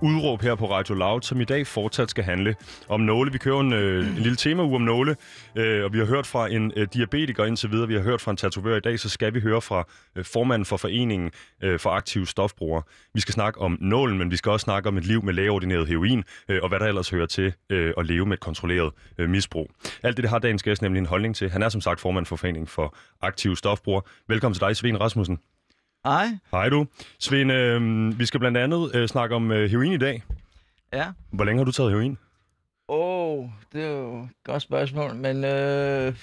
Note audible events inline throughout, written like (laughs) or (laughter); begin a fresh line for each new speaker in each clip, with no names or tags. Udråb her på Radio Loud, som i dag fortsat skal handle om nåle. Vi kører en, øh, en lille temauge om nåle, øh, og vi har hørt fra en øh, diabetiker indtil videre, vi har hørt fra en tatovør i dag, så skal vi høre fra øh, formanden for foreningen øh, for aktive stofbrugere. Vi skal snakke om nålen, men vi skal også snakke om et liv med lægeordineret heroin, øh, og hvad der ellers hører til øh, at leve med et kontrolleret øh, misbrug. Alt det, det har dagens gæst nemlig en holdning til. Han er som sagt formand for foreningen for aktive stofbrugere. Velkommen til dig, Svend Rasmussen.
Hej.
Hej du. Svend, øh, vi skal blandt andet øh, snakke om øh, heroin i dag.
Ja.
Hvor længe har du taget heroin?
Åh, oh, det er jo et godt spørgsmål, men øh,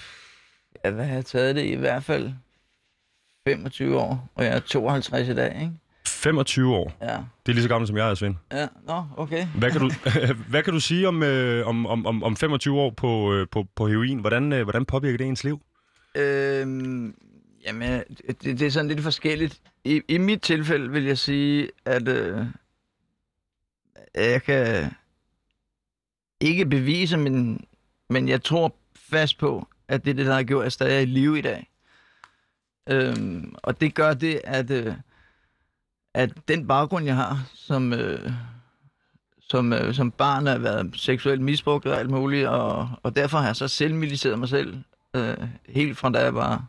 ja, hvad har jeg taget det i hvert fald 25 år, og jeg er 52 i dag, ikke?
25 år.
Ja,
Det er lige så gammel som jeg er, Svend.
ja, nå, okay.
Hvad kan du, (laughs) hvad kan du sige om, øh, om, om, om, om 25 år på, øh, på, på heroin? Hvordan, øh, hvordan påvirker det ens liv?
Øhm, jamen, det, det er sådan lidt forskelligt. I, I mit tilfælde vil jeg sige, at øh, jeg kan ikke bevise, men, men jeg tror fast på, at det er det, der har gjort, at jeg stadig er i live i dag. Øhm, og det gør det, at, øh, at den baggrund, jeg har som, øh, som, øh, som barn, har været seksuelt misbrugt og alt muligt, og, og derfor har jeg så selvmediceret mig selv øh, helt fra da jeg var,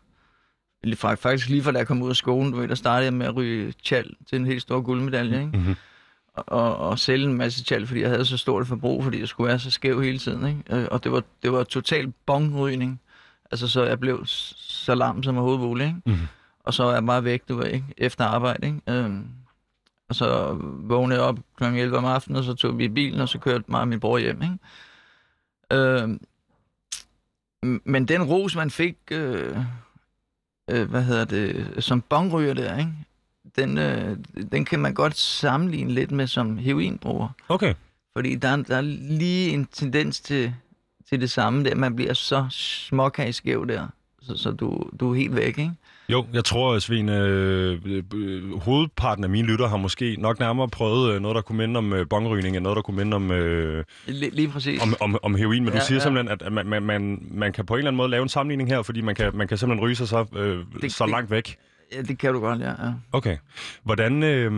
eller fra, faktisk lige fra da jeg kom ud af skolen, du ved, der startede jeg med at ryge tjal til en helt stor guldmedalje, ikke?
Mhm.
Og, og sælge en masse tjal, fordi jeg havde så stort et forbrug, fordi jeg skulle være så skæv hele tiden, ikke? Øh, Og det var, det var total bongrygning, altså så jeg blev s- så lam som overhovedet muligt, ikke?
Mhm.
Og så var jeg bare væk, du ved, ikke? Efter arbejde, ikke? Øhm, og så vågnede jeg op kl. 11 om aftenen, og så tog vi i bilen, og så kørte mig og min bror hjem, ikke? Øhm, M- men den ros, man fik, øh, øh, hvad hedder det, som bongryger der, ikke? Den, øh, den kan man godt sammenligne lidt med som heroinbruger.
Okay.
Fordi der er, der er lige en tendens til, til det samme der. Man bliver så småkageskæv der, så, så du, du er helt væk, ikke?
Jo, jeg tror, Svend, øh, øh, øh, hovedparten af mine lytter har måske nok nærmere prøvet øh, noget, der kunne minde om øh, bongrygning, end noget, der kunne minde om, øh,
Lige, lige præcis.
om, om, om heroin. Men ja,
Ja,
du siger ja.
ja.
simpelthen, at, at man, man, man, man kan på en eller anden måde lave en sammenligning her, fordi man kan, man kan simpelthen ryge sig så, øh, det,
Det-
så
det-
langt væk.
Ja, det kan du godt, ja. ja.
Okay. Hvordan, øh,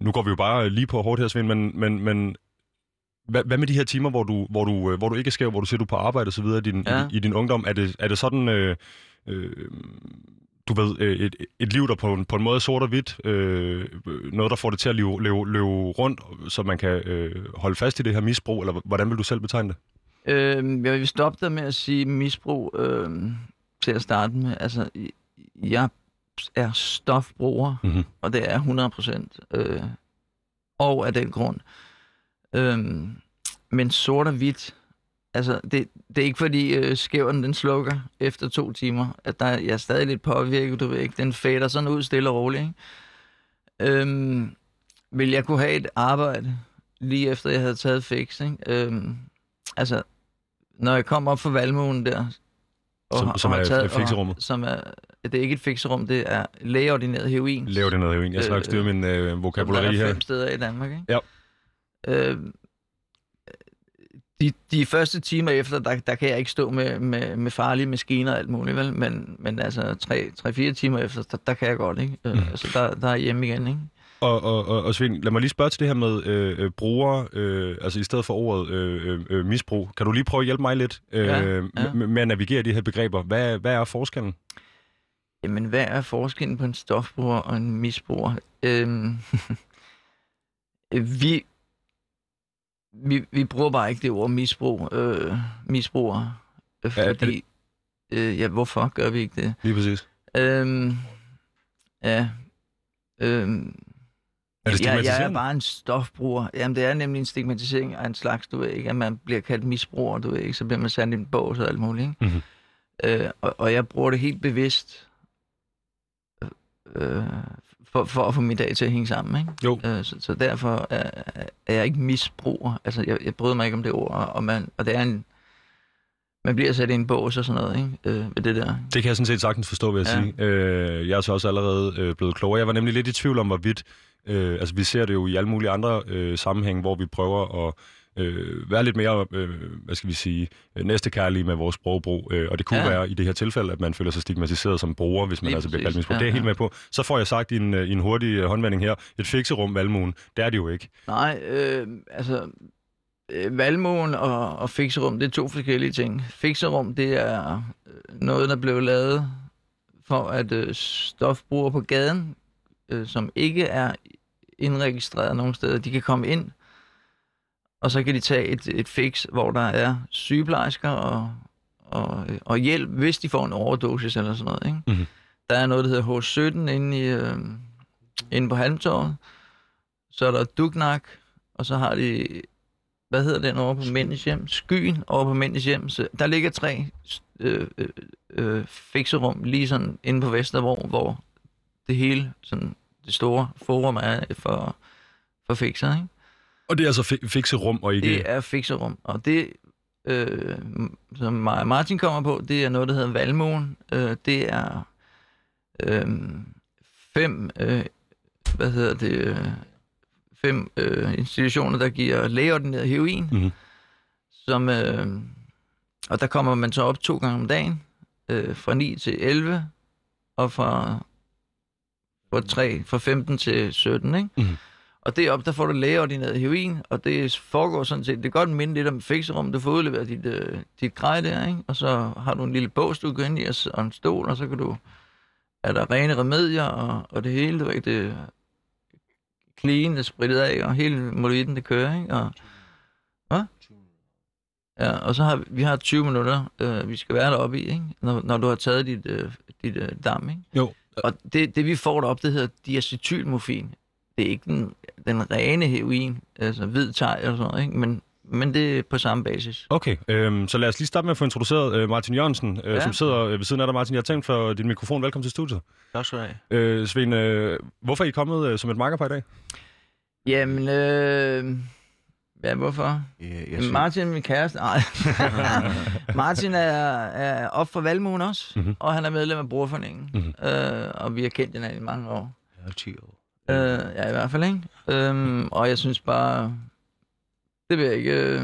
nu går vi jo bare lige på hårdt her, Svend, men, men, men hvad, hvad med de her timer, hvor du, hvor du, øh, hvor du ikke er skæv, hvor du siger, du er på arbejde og så videre i din, ja.
Ja.
i, i din ungdom? Er det, er det sådan, øh, øh, du ved, øh, et, et liv, der på en, på en måde er sort og hvidt, øh, øh, noget, der får det til at leve, leve, leve rundt, så man kan øh, holde fast i det her misbrug, eller hvordan vil du selv betegne det?
Øhm, jeg vil stoppe dig med at sige misbrug øhm, til at starte med. Altså, i- jeg er stofbruger,
Mhm.
mm-hmm. og det er 100 procent. Øh, og af den grund. Øhm, men sort og hvidt, altså, det, det er ikke fordi øh, skæveren den slukker efter to timer, at der, jeg er stadig lidt påvirket, du ved ikke. Den fader sådan ud stille og roligt, ikke? Øhm, vil jeg kunne have et arbejde, lige efter jeg havde taget fix, ikke? Øhm, altså, når jeg kom op fra Valmuen der,
Som-
har-
som
har
er- er
og har-
fixerummet?
Som er, det er ikke et fixerum, det er lægeordineret heroin.
Lav det noget heroin. Jeg skal nok
Øh,
styre min øh,
Der
vokabulari
er
her.
fem steder i Danmark, ikke?
Ja.
Øh, de, de første timer efter, der, der kan jeg ikke stå med, med, med farlige maskiner og alt muligt, vel? Men, men altså, tre- tre-fire timer efter, der, der kan jeg godt, ikke?
Mm.
Øh, altså, der, der er jeg hjemme igen, ikke?
Og, og, og, og Svend, lad mig lige spørge til det her med øh, øh, brugere, øh, altså i stedet for ordet øh, øh, øh, misbrug. Kan du lige prøve at hjælpe mig lidt øh,
Ja,
ja,
ja.
ja. Med, med at navigere i de her begreber? Hvad, hvad er forskellen?
Jamen, hvad er forskellen på en stofbruger og en misbruger? Øhm, (laughs) vi, vi, vi bruger bare ikke det ord misbrug, øh, misbruger, øh,
Ja, er det-
fordi... Øh, ja, hvorfor gør vi ikke det?
Lige præcis.
Øhm, ja. Øhm,
Er det
jeg, jeg er
stigmatiserende?
bare en stofbruger. Jamen, det er nemlig en stigmatisering af en slags, du ved ikke, at man bliver kaldt misbruger, du ved ikke, så bliver man sat i en bås og alt muligt, ikke?
Mhm.
Øh, og, og jeg bruger det helt bevidst, øh, for, for at få min dag til at hænge sammen. Ikke?
Jo.
Øh, så, så derfor er, er jeg ikke misbruger. Altså, jeg, jeg bryder mig ikke om det ord, og, man, og det er en... Man bliver sat i en bås og sådan noget, ikke? Øh, ved det der.
Det kan jeg sådan set sagtens forstå, vil jeg ja.
Ja.
sige. Øh, jeg er så også allerede øh, blevet klogere. Jeg var nemlig lidt i tvivl om, hvorvidt... Øh, altså, vi ser det jo i alle mulige andre øh, sammenhæng, hvor vi prøver at øh, være lidt mere, øh, hvad skal vi sige, øh, næstekærlige med vores sprogbrug. Øh, og det kunne ja.
Ja.
være i det her tilfælde, at man føler sig stigmatiseret som bruger, hvis man
Lige
altså bliver kaldt
præcis.
misbruger. Ja, det
Ja,
er jeg helt
ja.
med på. Så får jeg sagt i en, øh, i en hurtig øh, håndvending her, et fikserum valmuen. Det er det jo ikke.
Nej, øh, altså... Øh, valmuen og, og fikserum, det er to forskellige ting. Fikserum, det er øh, noget, der blev lavet for, at øh, stofbrugere på gaden, øh, som ikke er indregistreret nogen steder, de kan komme ind, og så kan de tage et, et fix, hvor der er sygeplejersker og, og, øh, og hjælp, hvis de får en overdosis eller sådan noget. Ikke?
Mhm.
Der er noget, der hedder H17 inde, i, øh, inde på Halmtorvet. Så er der Dugnak, og så har de, hvad hedder den over på Mændenes Hjem? Skyen over på Mændenes Hjem. Så der ligger tre øh, øh, øh, fikserum lige sådan inde på Vesterborg, hvor det hele, sådan det store forum er for, for fikser, ikke?
Og det er altså fi- fikserum og ikke...
Det er fikserum, og det, øh, som Maja Martin kommer på, det er noget, der hedder Valmuen. Øh, det er øh, fem, øh, hvad hedder det, øh, fem øh, institutioner, der giver lægeordineret heroin,
Mhm.
mm-hmm. som, øh, og der kommer man så op to gange om dagen, øh, fra 9 til 11, og fra, fra, 3, fra 15 til 17, ikke? Og deroppe, der får du lægeordineret heroin, og det foregår sådan set. Det kan godt minde lidt om et fikserum. Du får udleveret dit, øh, dit grej der, ikke? og så har du en lille bås, du kan gå ind i, og s- og en stol, og så kan du... Er der rene remedier, og, og det hele, du ved, det er clean, det er spritet af, og hele molevitten, det kører, ikke? Og, hvad? Ja, og så har vi, vi har 20 minutter, øh, vi skal være deroppe i, ikke? Når, når du har taget dit, øh, dit øh, dam, ikke?
Jo.
Og det, det vi får deroppe, det hedder diacetylmorfin. Det er ikke den, den rene heroin, altså hvid thai og sådan noget, ikke? Men, men det er på samme basis.
Okay, øhm, så lad os lige starte med at få introduceret øh, Martin Jørgensen, øh, ja.
Ja.
som sidder øh, ved siden af dig, Martin. Jeg har tænkt for din mikrofon. Velkommen til studiet.
Tak skal du have.
Øh, Svend, øh, hvorfor er I kommet øh, som et markerpar i dag?
Jamen, øh... Ja, hvorfor?
Øh,
Jamen, Martin, min kæreste... Nej. (laughs) Martin er, er op for Valmuen også,
Mhm.
mm-hmm. og han er medlem af Brugerforeningen.
Mhm.
Mm-hmm. Øh, og vi har kendt hinanden i mange år.
Jeg er 10 år.
Øh, ja, i hvert fald, ikke? Øhm, og jeg synes bare... Det vil jeg ikke... Øh...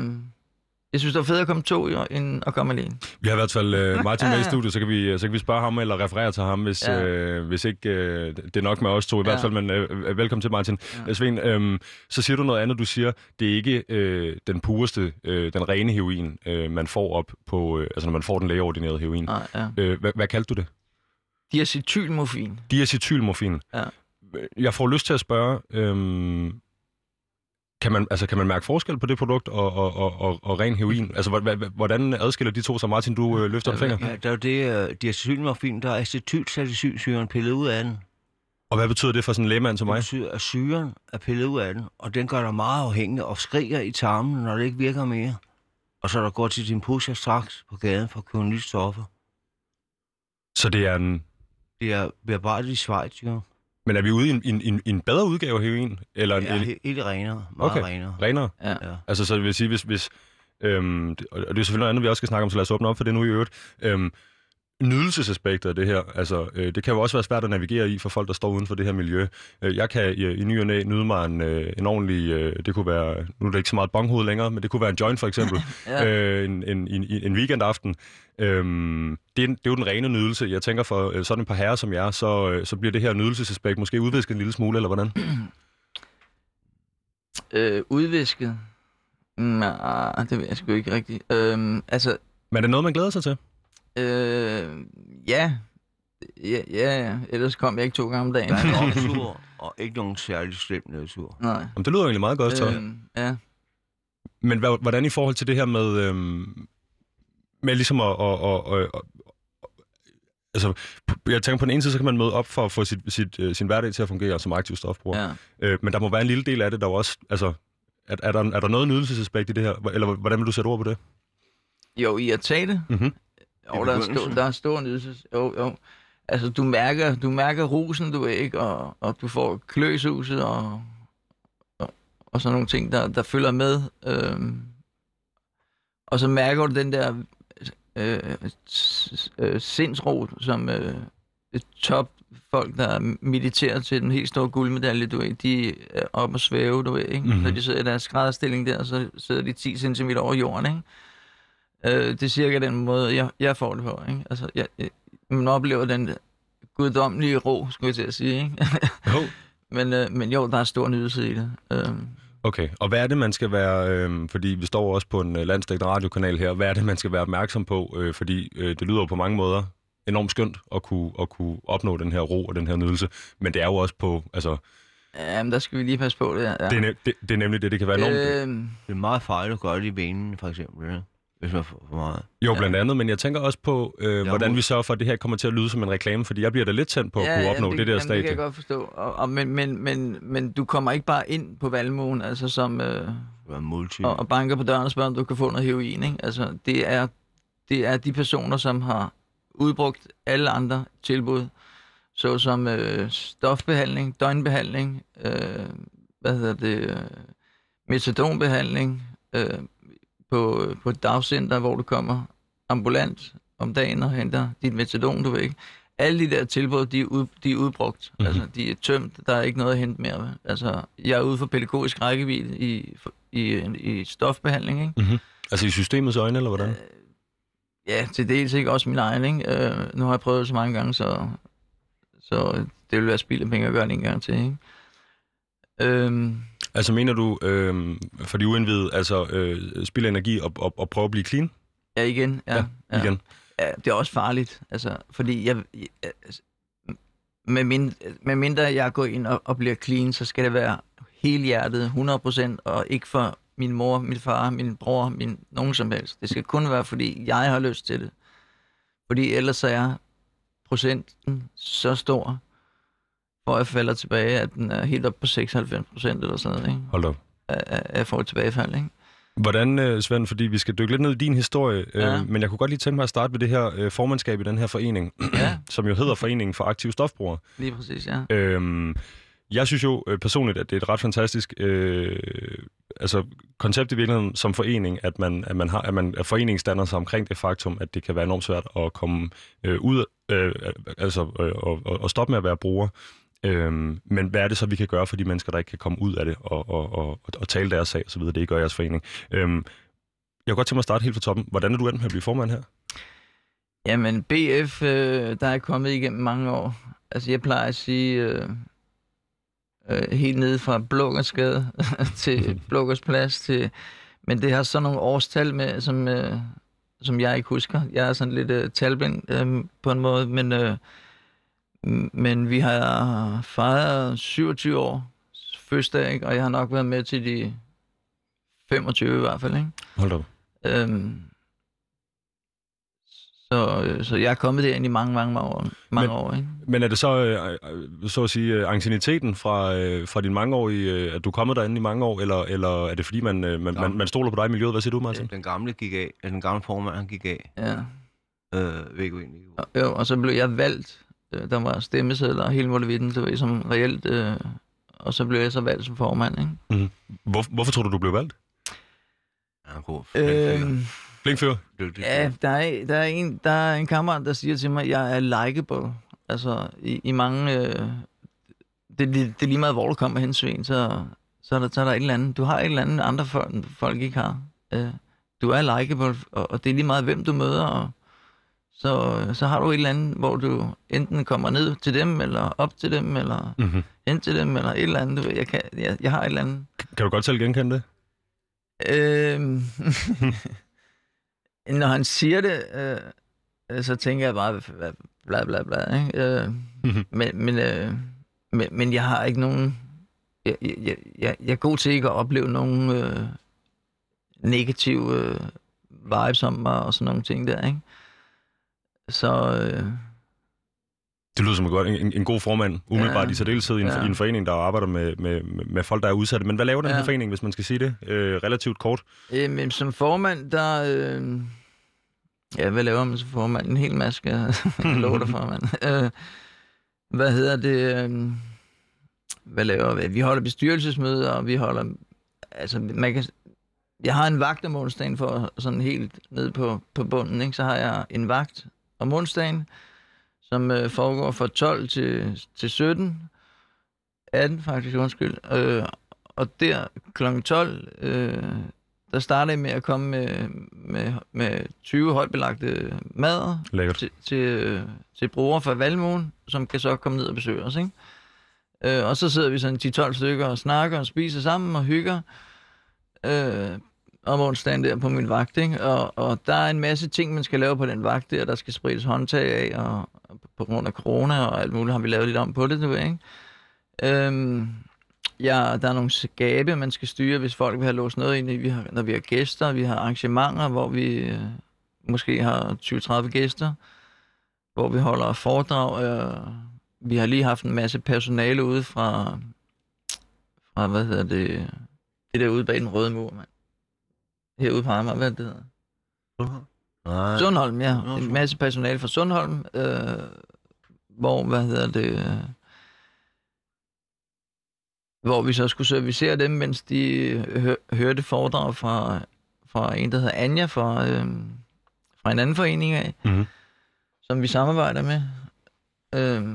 Jeg synes, det var fedt at komme to, jo, end at komme alene.
Vi har i hvert fald øh, Martin med i studiet, så kan, vi, øh, så kan vi spørge ham eller referere til ham, hvis, ja.
Ja.
øh, hvis ikke øh, det er nok med os to. I ja. hvert
Ja.
fald, men øh, velkommen til, Martin. Ja. Svend, øh, så siger du noget andet. Du siger, det er ikke øh, den pureste, øh, den rene heroin, øh, man får op på, øh, altså når man får den lægeordinerede heroin. Ja.
Nej, Ah, ja.
Øh, hvad, hvad kaldte du det?
Diacetylmorfin.
Diacetylmorfin.
Ja.
Jeg får lyst til at spørge, øhm, kan, man, altså, kan man mærke forskel på det produkt og, og, og, og, og ren heroin? Altså, hva- hva- hvordan adskiller de to sig? Martin, du øh, løfter en finger.
Ja, der er jo det, øh, diacetylmorfin, der er acetylsalicylsyren pillet ud af den.
Og hvad betyder det for sådan en lægmand som
Det
mig?
betyder, at syren er pillet ud af den, og den gør dig meget afhængig og skriger i tarmen, når det ikke virker mere. Og så der går til din pusher straks på gaden for at købe nye stoffer.
Så det er en...
Det er bearbejdet i Schweiz, jo.
Men er vi ude i en, en, en, en bedre udgave af heroin? Eller en,
Det er
en
he- helt renere. Meget
Okay.
renere.
renere?
Ja.
Ja.
Altså, så det vil sige, hvis... hvis øhm, det- og det er selvfølgelig noget andet, vi også skal snakke om, så lad os åbne op for det nu i øvrigt. Øhm, nydelsesaspekter af det her, altså, øh, det kan jo også være svært at navigere i for folk, der står uden for det her miljø. Øh, jeg kan øh, i ny og næ nyde mig en, øh, en ordentlig... Øh, det kunne være... Nu er det ikke så meget bonghoved længere, men det kunne være en joint, for eksempel.
(laughs) Ja.
øh, en, en, en, en weekendaften. Øhm, det, er, det er jo den rene nydelse. Jeg tænker, for øh, sådan et par herrer som jer, så, øh, så bliver det her nydelsesaspekt måske udvisket en lille smule, eller hvordan?
Øh, udvisket? Nej, det ved jeg sgu ikke rigtigt. Øh, altså,
Men er det noget, man glæder sig til?
øh, ja. Ja, ja, ja. Ellers kom jeg ikke to gange om dagen.
Der er en optur, og ikke nogen særlig slem nedtur.
Nej.
Jamen, det lyder egentlig meget godt, så.
Øh, ja.
Men hvad, hvordan i forhold til det her med, øhm, med ligesom at, at, at, at, at Altså, p- jeg tænker på den ene side, så kan man møde op for at få sit, sit, øh, sin hverdag til at fungere som aktiv stofbruger. Ja.
ja.
Øh, men der må være en lille del af det, der jo også... Altså, er, er, der, er der noget nydelsesaspekt i det her? Eller hvordan vil du sætte ord på det?
Jo, i at tage det.
Mhm.
Jo, der er, stor,
begyndelsen.
der er stor nydelse. Jo, jo. Altså, du mærker, du mærker rosen, du ikke, og, og du får kløsuset og, og, og sådan nogle ting, der, der følger med. Øhm, og så mærker du den der øh, s- øh, sindsro, som øh, top folk, der mediterer til den helt store guldmedalje, du ved, de er oppe og svæve, du ved, ikke?
Mhm.
Mm-hmm. Så de sidder i deres skrædderstilling der, så sidder de 10 cm over jorden, ikke? Øh, det er cirka den måde, jeg, jeg får det på, ikke? Altså, jeg, jeg, man oplever den guddommelige ro, skulle jeg til at sige, ikke? (laughs)
Jo.
men, øh, men jo, der er stor nydelse i det. Øh,
Okay, og hvad er det, man skal være, øh, fordi vi står også på en øh, landsdækkende radiokanal her, hvad er det, man skal være opmærksom på, øh, fordi øh, det lyder jo på mange måder enormt skønt at kunne, at kunne opnå den her ro og den her nydelse, men det er jo også på, altså, ja.
ja, men der skal vi lige passe på det. Ja.
det, er nem, det, det er nemlig det, det kan være enormt. Øh,
øh,
Det er meget farligt at gøre det i benene, for eksempel. Ja. Hvis man får for meget.
jo, blandt andet, men jeg tænker også på, øh, hvordan vi sørger for, at det her ikke kommer til at lyde som en reklame, fordi jeg bliver da lidt tændt på at kunne opnå
jamen,
det, det der
jamen, Det kan
stadie.
jeg godt forstå. Og, og, men, men, men, men du kommer ikke bare ind på valmuen, altså som... Øh,
Det er multi.
og, og banker på døren og spørger, om du kan få noget heroin. Ikke? Altså, det, er, det er de personer, som har udbrugt alle andre tilbud, såsom øh, stofbehandling, døgnbehandling, øh, hvad hedder det, øh, metadonbehandling øh, på, på et dagcenter, hvor du kommer ambulant om dagen og henter dit metadon, du ved ikke. Alle de der tilbud, de er, ud, de er udbrugt.
Mhm.
Mm-hmm. Altså, de er tømt. Der er ikke noget at hente mere. vel? Altså, jeg er ude for pædagogisk rækkevidde i, i, i stofbehandling, ikke? Øh,
Altså i systemets øjne, eller hvordan?
Ja, til dels ikke også min egen, ikke? Øh, nu har jeg prøvet det så mange gange, så, så det vil være spild af penge at gøre det en gang til, ikke? Øhm,
Altså mener du, øh, for de uindvidede, altså øh, spille energi og, og, og prøve at blive clean
ja, igen. Ja,
ja. igen?
Ja, det er også farligt, altså, fordi jeg, jeg altså, med, min, med mindre jeg går ind og, og bliver clean, så skal det være hele hjertet, 100%, og ikke for min mor, min far, min bror, min nogen som helst. Det skal kun være, fordi jeg har lyst til det. Fordi ellers er procenten så stor, hvor jeg falder tilbage, at den er helt op på 96% eller sådan noget, ikke?
Hold op.
At, at- at jeg får et tilbagefald, ikke?
Hvordan, øh, Svend, fordi vi skal dykke lidt ned i din historie, øh,
Ja.
men jeg kunne godt lige tænke mig at starte ved det her øh, formandskab i den her forening, (clears throat)
Ja,
som jo hedder
Mhm.
Foreningen for Aktive Stofbrugere.
lige præcis, ja.
Øh, jeg synes jo øh, personligt, at det er et ret fantastisk øh, altså, koncept i virkeligheden som forening, at man, at man har, at man at foreningen danner sig omkring det faktum, at det kan være enormt svært at komme øh, ud, øh, altså øh, og, og, og stoppe med at være bruger. Øhm, men hvad er det så, vi kan gøre for de mennesker, der ikke kan komme ud af det og, og, og, og, og tale deres sag osv.? Det gør jeres forening. Øhm, jeg kunne godt tænke mig at starte helt fra toppen. Hvordan er du endt med at blive formand her?
Jamen, BF, øh, der er jeg kommet igennem mange år. Altså, jeg plejer at sige, øh, øh, helt nede fra Blågersgade (laughs) til Blågersplads til... Men det har sådan nogle årstal med, som, øh, som jeg ikke husker. Jeg er sådan lidt øh, talblind øh, på en måde, men, øh, m- men vi har fejret 27 år fødselsdag, ikke? og jeg har nok været med til de 25 i hvert fald, ikke?
Hold op.
Øhm, så, øh, så jeg er kommet derind i mange, mange, mange år. Mange
Men-
år ikke?
Men er det så, øh, øh, så at sige, øh, ancieniteten fra, øh, fra din mangeårige, øh, at du er kommet derinde i mange år, eller, eller er det fordi, man, øh, man,
Ja.
man, man stoler på dig i miljøet? Hvad siger du, Martin?
Den gamle gik af, eller den gamle formand, han gik af,
Ja.
øh, Viggo egentlig.
Og, jo, og så blev jeg valgt. Øh, Der var stemmesedler og hele muligheden, du ved, som reelt... Øh, og så blev jeg så valgt som formand, ikke?
Hvor, hvorfor tror du, du blev valgt?
Ja, han kunne
Øhm,
Blinkfører?
dygtig.
ja, der er, der, er en, der er en kammerat, der siger til mig, at jeg er likeable. Altså, i, i mange... Øh, det, det, det er lige meget, hvor du kommer hen, Svend, så, så, er der, så er der et eller andet. Du har et eller andet, andre folk, folk ikke har. Øh, du er likeable, og, og det er lige meget, hvem du møder. Og, så, så har du et eller andet, hvor du enten kommer ned til dem, eller op til dem, eller
Mm-hmm.
hen til dem, eller et eller andet. Du ved, jeg, kan, jeg, jeg har et eller andet.
Kan du godt selv genkende det?
Øhm, (laughs) når han siger det, øh, øh, så tænker jeg bare, hvad- bla bla bla. Ikke? Øh,
Mhm.
men, men, øh, men, men jeg har ikke nogen... Jeg, jeg- jeg, jeg, jeg er god til ikke at opleve nogen øh, negative øh, vibes om mig og sådan nogle ting der, ikke? Så... Øh,
Det lyder som en, godt, en, en god formand, umiddelbart ja.
Ja.
i særdeleshed i en, ja.
Ja.
i en forening, der arbejder med, med, med folk, der er udsatte. Men hvad laver den ja. her
Ja.
forening, hvis man skal sige det øh, relativt kort?
Jamen, som formand, der... Øh, Ja, hvad laver man så får man en hel masse, skal jeg (laughs) love dig for, mand. Øh, hvad hedder det? øhm, Hvad laver vi? Vi holder bestyrelsesmøder, og vi holder... Altså, man kan, jeg har en vagt om onsdagen for sådan helt ned på, på bunden, ikke? Så har jeg en vagt om onsdagen, som øh, foregår fra 12 til, til 17. 18 faktisk, undskyld. Øh, og der kl. 12, øh, der starter jeg med at komme med, med, med 20 højtbelagte mader
Lækkert.
til, til, øh, til brugere fra Valmuen, som kan så komme ned og besøge os. Ikke? Øh, og så sidder vi sådan 10-12 stykker og snakker og spiser sammen og hygger øh, om onsdagen der på min vagt. Ikke? Og, og der er en masse ting, man skal lave på den vagt der. Der skal spredes håndtag af, og, og på grund af corona og alt muligt har vi lavet lidt om på det nu. Ikke? Øhm, ja, der er nogle skabe, man skal styre, hvis folk vil have låst noget ind i. Vi har, når vi har gæster, vi har arrangementer, hvor vi øh, måske har 20-30 gæster, hvor vi holder foredrag. Øh, vi har lige haft en masse personale ude fra, fra hvad hedder det, det der ude bag den røde mur, mand. Herude på Amager, hvad er det, det hedder?
Nej.
Sundholm, ja.
Nå,
En
Sundholm.
masse personale fra Sundholm, øh, hvor, hvad hedder det, øh, hvor vi så skulle servicere dem, mens de øh, hø- hørte foredrag fra, fra en, der hedder Anja, fra, øh, fra en anden forening af,
Mhm.
som vi samarbejder med. Øh,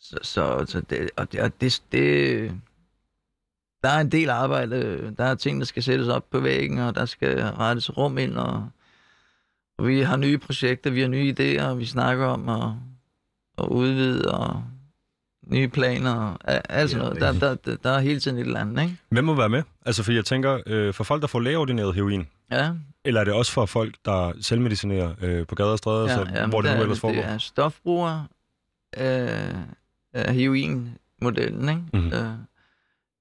så, så, så det, og det, og det, det, der er en del arbejde. Der er ting, der skal sættes op på væggen, og der skal rettes rum ind, og og vi har nye projekter, vi har nye idéer, og vi snakker om at, at udvide og nye planer og al- alt sådan noget. Der, der, der, der er hele tiden et eller andet, ikke?
Hvem må være med? Altså, for jeg tænker, øh, for folk, der får lægeordineret heroin,
Ja,
eller er det også for folk, der selvmedicinerer øh, på gader og stræder, ja, så,
ja,
ja,
men
hvor det
der
nu
er
ellers foregår?
Det er stofbrugere øh, af heroin-modellen, ikke?
Mhm.
Øh,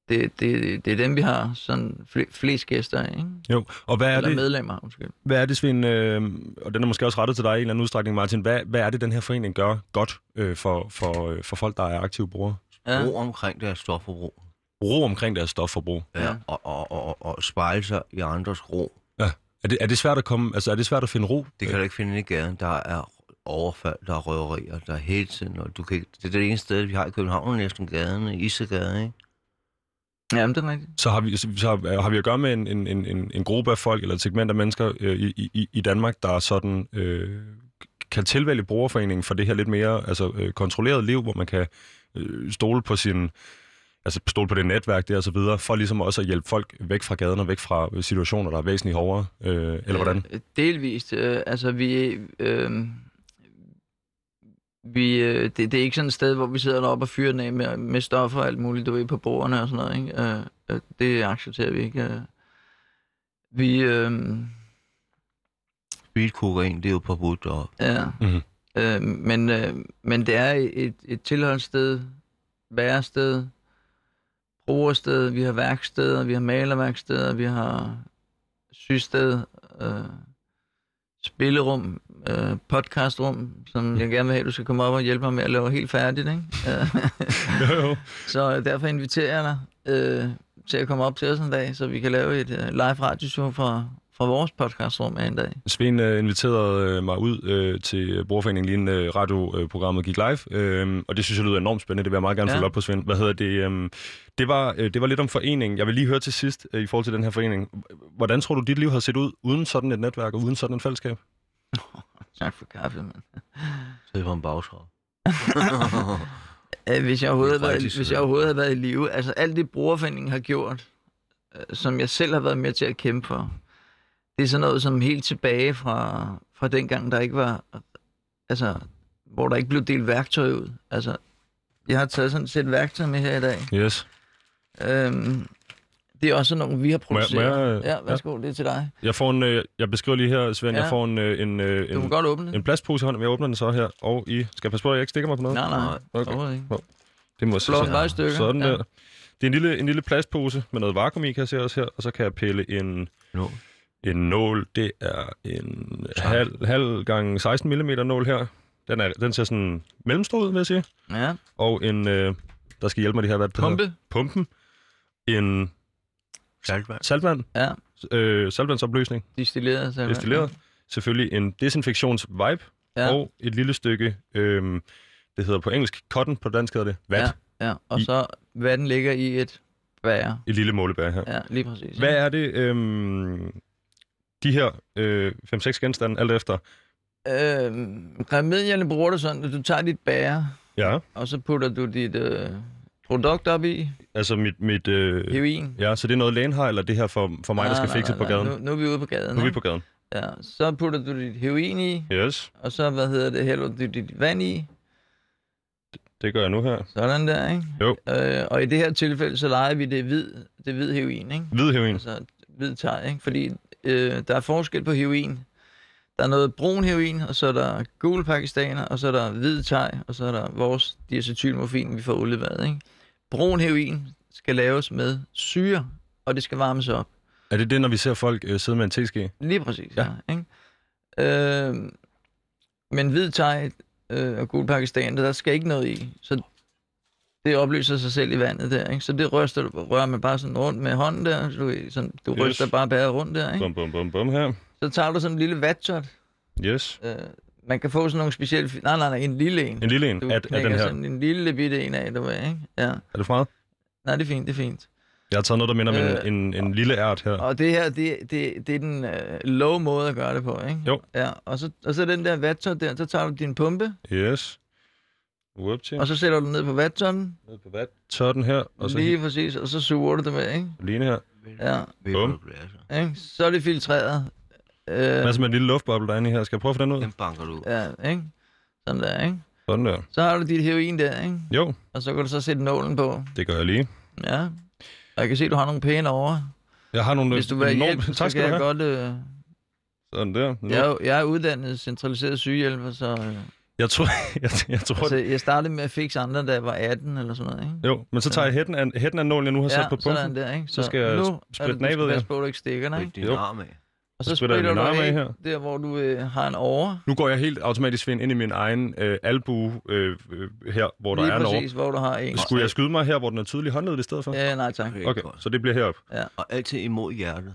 det, det, det er dem, vi har sådan fl- flest gæster af, ikke?
Jo, og hvad er,
Eller
det,
medlemmer, undskyld.
hvad er det, Svend, øh, og den er måske også rettet til dig i en eller anden udstrækning, Martin, hvad, hvad er det, den her forening gør godt øh, for, for, øh, for folk, der er aktive brugere?
Ja,
Ro omkring deres stofforbrug.
Ro omkring deres stofforbrug.
Ja.
Ja. Og, og, og, og, og spejle sig i andres ro.
Er det, er det svært at komme, altså er det svært at finde ro?
Det kan du ikke finde inde i gaden. Der er overfald, der er røverier, der er hele tiden. Og du kan ikke, det er det eneste sted, vi har i København, næsten gaden, Isegade, ikke?
ja men det er rigtigt.
så har vi, så øh, har, har vi at gøre med en, en, en- en, en gruppe af folk, eller et segment af mennesker øh, i, i, i Danmark, der sådan, øh, kan tilvælge brugerforeningen for det her lidt mere altså, øh, kontrolleret liv, hvor man kan øh, stole på sin altså stole på det netværk der og så videre, for ligesom også at hjælpe folk væk fra gaden og væk fra øh, situationer, der er væsentligt hårdere, øh, eller hvordan?
Øh, delvist. Øh, altså, vi... Øh, vi øh, det, det er ikke sådan et sted, hvor vi sidder deroppe og fyrer den af med, med stoffer og alt muligt, du ved, på bordene og sådan noget, ikke? Øh, øh, det accepterer vi ikke. Øh. Vi... Øh,
Speed kokain, det er jo forbudt og
ja.
Mhm.
Mm-hmm. Øh, men, øh, men det er et, et tilholdssted, værested, brugersted, vi har værksteder, vi har malerværksteder, vi har sygested, øh, spillerum, øh, podcastrum, som jeg gerne vil have, at du skal komme op og hjælpe mig med at lave helt færdigt. Ikke? Øh,
(laughs) Jo, jo.
så derfor inviterer jeg dig øh, til at komme op til os en dag, så vi kan lave et øh, live radioshow fra, fra vores podcastrum af en dag.
Svend øh, inviterede øh, mig ud øh, til brugerforeningen lige inden øh, radioprogrammet gik live, øh, og det synes jeg lyder enormt spændende. Det vil jeg meget gerne
Ja.
følge op på, Svend. Hvad hedder det? Øh, det, var, øh, det var lidt om foreningen. Jeg vil lige høre til sidst øh, i forhold til den her forening. Hvordan tror du, dit liv har set ud uden sådan et netværk og uden sådan et fællesskab?
Tak for kaffe, mand.
sidde på en bagtrop.
Øh, Hvis jeg overhovedet, havde
Det er
været,
faktisk-
hvis jeg overhovedet havde været i live, altså alt det brugerforeningen har gjort, øh, som jeg selv har været med til at kæmpe for, det er sådan noget som helt tilbage fra, fra dengang, der ikke var, altså, hvor der ikke blev delt værktøj ud. Altså, jeg har taget sådan et sæt værktøj med her i dag.
Yes.
Øhm, det er også sådan nogle, vi har
Må jeg,
produceret.
må jeg,
Ja, værsgo, det er til dig.
jeg, får en, øh, jeg beskriver lige her, Svend, ja.
Ja.
jeg får en, øh, en, øh,
Du må
en,
godt åbne
en
det.
plastpose i hånden, men jeg åbner den så her. Og I skal passe på, at jeg ikke stikker mig på noget.
Nej, nej,
Okay.
overhovedet ikke.
Det må jeg sige.
Blå vejstykker.
Sådan
ja.
der. Det er en lille, en lille plastpose med noget vakuum i, kan jeg se også her. Og så kan jeg pille en,
Nå.
en nål. Det er en halv, halv gange 16 mm nål her. Den, er, den ser sådan mellemstor ud, vil jeg sige.
Ja,
Og en, øh, der skal hjælpe mig det her, hvad det hedder.
pumpe.
Pumpen. En
Saltvand.
saltvand.
Ja.
Øh, saltvandsopløsning,
Distilleret. så-
destilleret. selvfølgelig en desinfektions-vibe ja.
Ja.
og et lille stykke, øhm, det hedder på engelsk cotton, på dansk hedder det vat, ja.
Ja, og
I-
så hvad den ligger i et bær.
et lille målebær her.
Ja, lige præcis.
Hvad er det, øhm, de her øh, 5-6 genstande, alt efter?
Øhm, remedierne bruger du sådan, at du tager dit bær,
Ja,
og så putter du dit øh, produkt op i,
altså mit... mit øh,
heroin.
ja, så det er noget lægen har, eller det her for, for mig, der skal fikse på gaden?
Nu, nu er vi ude på gaden.
Nu er vi
ikke?
på gaden.
Ja, så putter du dit heroin i,
Yes,
og så, hvad hedder det, hælder du dit vand i.
det gør jeg nu her.
Sådan der, ikke?
Jo.
Øh, og i det her tilfælde, så leger vi det hvid, det hvid heroin, ikke?
Hvid heroin.
Altså hvid teg, ikke? Fordi øh, der er forskel på heroin. Der er noget brun heroin, og så er der gul pakistaner, og så er der hvid teg, og så er der vores diacetylmorfin, vi får udleveret, ikke? Brun heroin skal laves med syre, og det skal varmes op.
Er det det, når vi ser folk øh, sidde med en teske?
Lige præcis,
Ja.
ja. ja ikke? Øh, men hvid thai øh, og gul pakistan, der skal ikke noget i. Så det opløser sig selv i vandet der, ikke? Så det ryster du, rører man bare sådan rundt med hånden der. Du, ved, sådan, du
Yes.
yes. ryster bare bæret rundt der, ikke?
Bum, bum, bum, bum her.
Så tager du sådan en lille vatshot.
Yes.
Øh, man kan få sådan nogle specielle... fi- Nej, nej, nej, en lille en.
En lille en
Du
af, af den
knækker
her.
sådan en lille bitte en af, du ved, ikke? Ja.
Er det for meget?
Nej, det er fint, det er fint.
Jeg har taget noget, der minder om
Øh,
en, en, en lille ært her.
Og det her, det, det, det er den øh, low måde at gøre det på, ikke?
Jo.
Ja, og så, og så den der vatshot der, så tager du din pumpe,
Yes. Whoop til.
og så sætter du den ned på vatshånden,
Ned på vat. Tør den her, og så
lige
lige,
præcis, og så suger du det med, ikke?
lige her.
Ja,
Bum.
altså?
ikke? Så er det filtreret. Øh,
Hvad så med en lille luftboble derinde her? Skal jeg prøve at få den ud?
Den banker du ud.
ja, ikke? Sådan der, ikke?
Sådan der.
Så har du dit heroin der, ikke?
Jo,
Og så kan du så sætte nålen på.
det gør jeg lige.
Ja. Og jeg kan se, at du har nogle pæne over.
Jeg har nogle
Hvis du vil have hjælp,
(laughs) tak
så
skal
kan
du
jeg
have.
godt... Øh,
Sådan der. Nu.
jeg, er jo- jeg er uddannet centraliseret sygehjælper, så øh,
Jeg tror, (laughs) jeg, jeg tror
altså, jeg startede med at fikse andre, da jeg var 18 eller sådan noget, ikke?
Jo, men så tager jeg hætten af, hætten af nålen, jeg nu har sat på
sådan
pumpen.
der, ikke? Så,
skal jeg
nu
sp-
er
spritte
det,
den af,
du
ved
skal
jeg.
passe på, at du ikke stikker,
Prik
ikke?
din
Jo.
arm af.
Og så,
Så spritter jeg
spritter du
min arm af
af
her.
der, hvor du øh, har en åre.
Nu går jeg helt automatisk ind, ind i min egen øh, albue øh, øh, her, hvor der
Lige
er en over.
præcis, hvor du har en.
Skulle jeg skyde mig her, hvor den er tydelig håndledet i stedet for?
Ja, nej tak.
Okay,
godt.
så det bliver herop.
Og altid imod hjertet.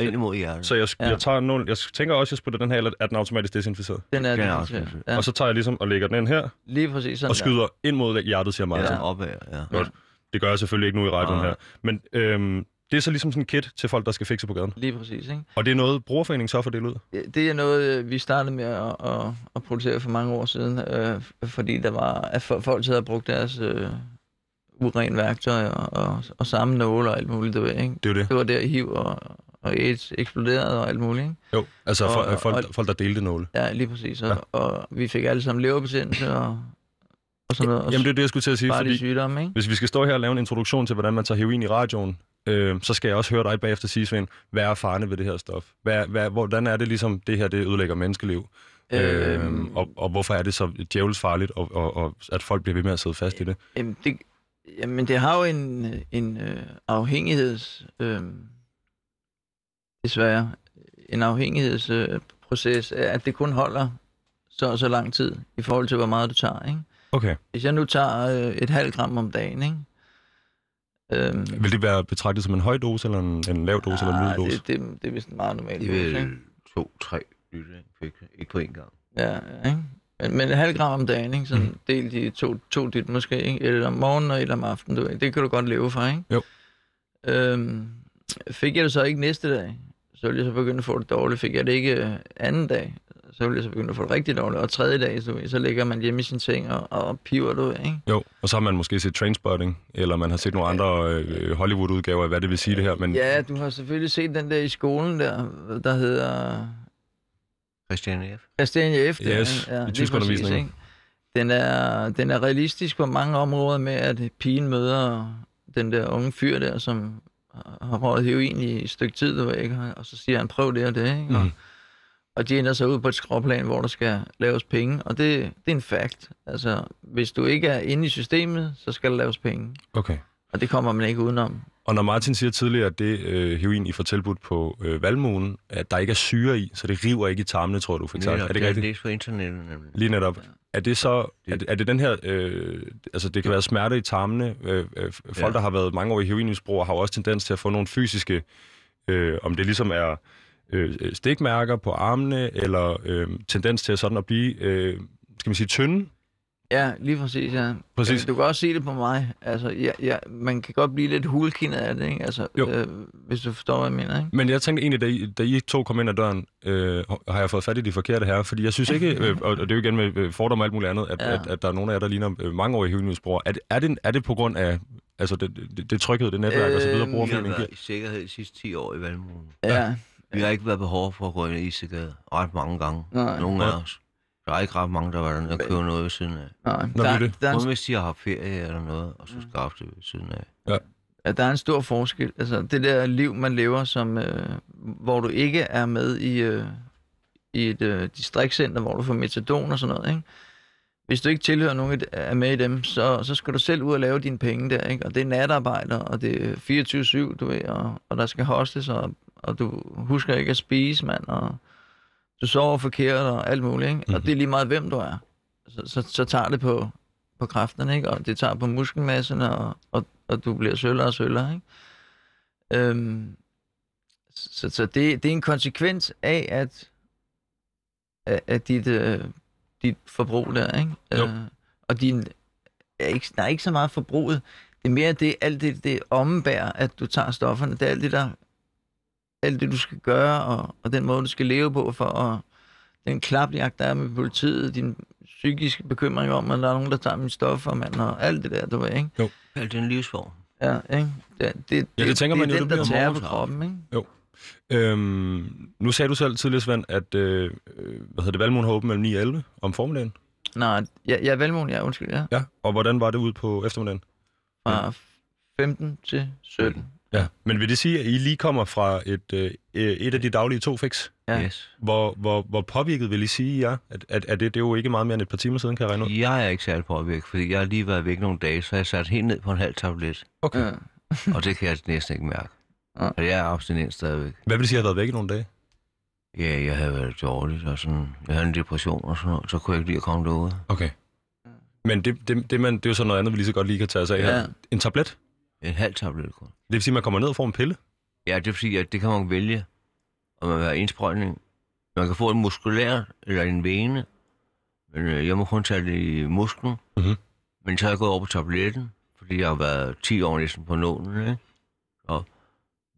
Ind imod hjertet.
Så jeg,
Ja.
jeg tager nålen, jeg tænker også, at jeg spritter den her, eller er den automatisk desinficeret?
Den er
Den er
den,
også
ja.
fin.
ja.
Og så tager jeg ligesom og lægger den ind her,
Lige præcis sådan
og skyder ind mod hjertet, siger mig.
Ja,
Ja.
sådan opad, ja.
Godt. Det gør jeg selvfølgelig ikke nu i radioen
Nej.
her. Men øhm, det er så ligesom sådan en kit til folk, der skal fikse på gaden.
der. Lige præcis, ikke?
Og det er noget, brugerforeningen så for det ud.
Det- Det er noget, øh, vi startede med at, at, at producere for mange år siden, øh, fordi der var at fo- folk, der havde brugt deres øh, uren værktøj og, og, og samme nåle og alt muligt, du ved, ikke?
Det er jo det.
Det var der HIV og, og AIDS eksploderede og alt muligt, ikke?
Jo, altså
Og-
for, øh,
og-
folk,
og-
folk, der delte nåle.
Ja, lige præcis. Og, ja. og vi fik alle sammen leverbetændelse og, og sådan noget. Og
Jamen det er det, jeg skulle til at sige,
bare de
fordi
sygdomme, ikke?
hvis vi skal stå her og lave en introduktion til, hvordan man tager heroin i radioen, øh, så skal jeg også høre dig bagefter sige, Svend, hvad er farne ved det her stof? Hvad, hvad, hvordan er det ligesom, det her det ødelægger menneskeliv?
Øh,
Øhm, og, og hvorfor er det så djævels farligt, og, og, og at folk bliver ved med at sidde fast i det?
Jamen, det, jamen, det har jo en, en øh, afhængigheds... Øh, desværre. En afhængighedsproces, øh, proces, at det kun holder så og så lang tid i forhold til, hvor meget du tager. Ikke?
Okay.
Hvis jeg nu tager øh, et halvt gram om dagen, ikke? Øhm,
Vil det være betragtet som en høj dose, eller en, en lav dose, eller en middel
ah,
dose?
det, det, det er vist en meget normal
Det er
dose, ikke?
vel to, tre lytte, ikke? Ikke på én gang.
Ja, ja, ikke? Men, men en halv gram om dagen, ikke? Sådan mm. delt i to, to dit måske, ikke? Et om morgenen og et om aftenen, du ved. Det kan du godt leve for, ikke?
Jo.
Øhm, fik jeg det så ikke næste dag, så ville jeg så begynde at få det dårligt. Fik jeg det ikke øh, anden dag, så ville jeg så begynde at få det rigtig dårligt. Og tredje dag, så, du ved, så ligger man hjemme i sin seng og, og piver, du ved, ikke?
Jo, og så har man måske set Trainspotting, eller man har set nogle andre øh, Hollywood-udgaver af, hvad det vil sige det her, men
Ja, du har selvfølgelig set den der i skolen der, der hedder...
Christian F.
Christianie F. der,
Yes,
ikke?
i
lige
tyskundervisningen.
præcis, ikke? Den er, den er realistisk på mange områder med, at pigen møder den der unge fyr der, som har røget heroin i et stykke tid, du ved, ikke? og så siger han, prøv det og det. Ikke? Og,
Mhm.
og de ender så ud på et skråplan, hvor der skal laves penge, og det, det er en fact. Altså, hvis du ikke er inde i systemet, så skal der laves penge,
okay.
og det kommer man ikke udenom.
Og når Martin siger tidligere, at det øh, heroin, I får tilbudt på øh, valmuen, at der ikke er syre i, så det river ikke i tarmene, tror du, for eksempel. Er det ikke
rigtigt?
rigtigt?
Det er på internettet, nemlig.
Lige netop. Er det så, er det, er det den her, øh, altså det kan være smerte i tarmene. Øh, øh, folk,
Ja.
der har været mange år i heroinmisbrug, har jo også tendens til at få nogle fysiske, øh, om det ligesom er øh, øh, stikmærker på armene, eller øh, tendens til sådan at blive, øh, skal man sige, tynde.
Ja, lige præcis, ja.
Præcis.
Du kan også se det på mig. Altså, ja, ja, man kan godt blive lidt hulkindet af det, ikke? Altså,
Jo.
øh, hvis du forstår, hvad jeg mener, ikke?
Men jeg tænkte egentlig, da I, da I to kom ind ad døren, øh, har jeg fået fat i de forkerte her, fordi jeg synes ikke, (laughs) øh, og og det er jo igen med øh, fordomme og alt muligt andet, at, ja.
Ja.
at, at der er nogle af jer, der ligner øh, mange år i hivningsbrugere. Er, det- er, det, er det på grund af altså det, det, det tryghed, det netværk øh, og så videre,
Øh,
Vi har
brugerfilmen giver?
været i sikkerhed de sidste 10 år i Valmuen.
Ja.
Vi har ikke været behov for at gå ind i sikkerhed ret mange gange.
Nej,
Nogle af os. Der er ikke ret mange, der var dernede og købe noget ved siden af.
nej.
Nå,
Der,
det er det.
der, er en,
Kun hvis de har haft ferie eller noget, og så skaffe det ved siden af.
ja, der er en stor forskel. Altså, det der liv, man lever, som, øh, hvor du ikke er med i, øh, i et øh, distriktscenter, hvor du får metadon og sådan noget, ikke? Hvis du ikke tilhører nogen, af de- er med i dem, så, så skal du selv ud og lave dine penge der, ikke? Og det er natarbejder, og det er 24-7, du ved, og, og der skal hostes, og, og du husker ikke at spise, mand, og du sover forkert og alt muligt, ikke? Og det er lige meget, hvem du er. Så, så, så tager det på, på kræfterne, ikke? Og det tager på muskelmassen, og, og, og du bliver søllere og søllere, ikke? Øhm, så, så det, det er en konsekvens af, at, af, af dit, øh, dit forbrug der, ikke?
Jo.
Øh, og din, ja, ikke, der er ikke så meget forbruget. Det er mere det, alt det, det ombærer, at du tager stofferne. Det er alt det, der, alt det du skal gøre, og, og den måde, du skal leve på, for at, den klapjagt, der er med politiet, din psykiske bekymring om, at der er nogen, der tager min stoffer, mand, og alt det der, du ved, ikke?
Kald det en livsform.
Ja, ikke? Det, det,
Ja, det tænker
det,
man jo,
det er
det
den,
bliver
der tager på
morgenskaffe.
kroppen, ikke?
Øhm, nu sagde du selv tidligere, Svend, at øh, øh, hvad hedder det, Valmuen har åbent mellem 9 og 11 om formiddagen.
Nej, jeg, jeg er velmogen, jeg er undskyld, ja.
Ja. Og hvordan var det ud på eftermiddagen?
Fra 15 til 17.
Ja. Men vil det sige, at I lige kommer fra et, øh, øh, et af de daglige to fix?
Ja.
Yes.
Hvor, hvor, hvor påvirket vil I sige, ja? At, at, at det, det er jo ikke meget mere end et par timer siden, kan jeg regne ud.
Jeg er ikke særlig påvirket, fordi jeg har lige været væk nogle dage, så jeg sat helt ned på en halv tablet,
Okay.
Ja.
og det kan jeg næsten ikke mærke.
Nej.
Og jeg er abstinent stadigvæk.
Hvad vil det sige, at I har været væk i nogle dage?
Ja, jeg havde været dårligt, og sådan, jeg havde en depression og sådan noget, så kunne jeg ikke lide at komme derude.
Okay. Men det, det, det, man, det er jo sådan noget andet, vi lige så godt lige kan tage os af her.
Ja.
En tablet? Det
En halv tablet kun.
vil sige, at man kommer ned og får en pille?
Ja, det er fordi, at det kan man vælge, om man vil have indsprøjtning. Man kan få en muskulær eller en vene, men øh, jeg må kun tage det i musklen.
Mhm.
Men så er jeg gået over på tabletten, fordi jeg har været 10 år næsten på nålen, ikke? Og,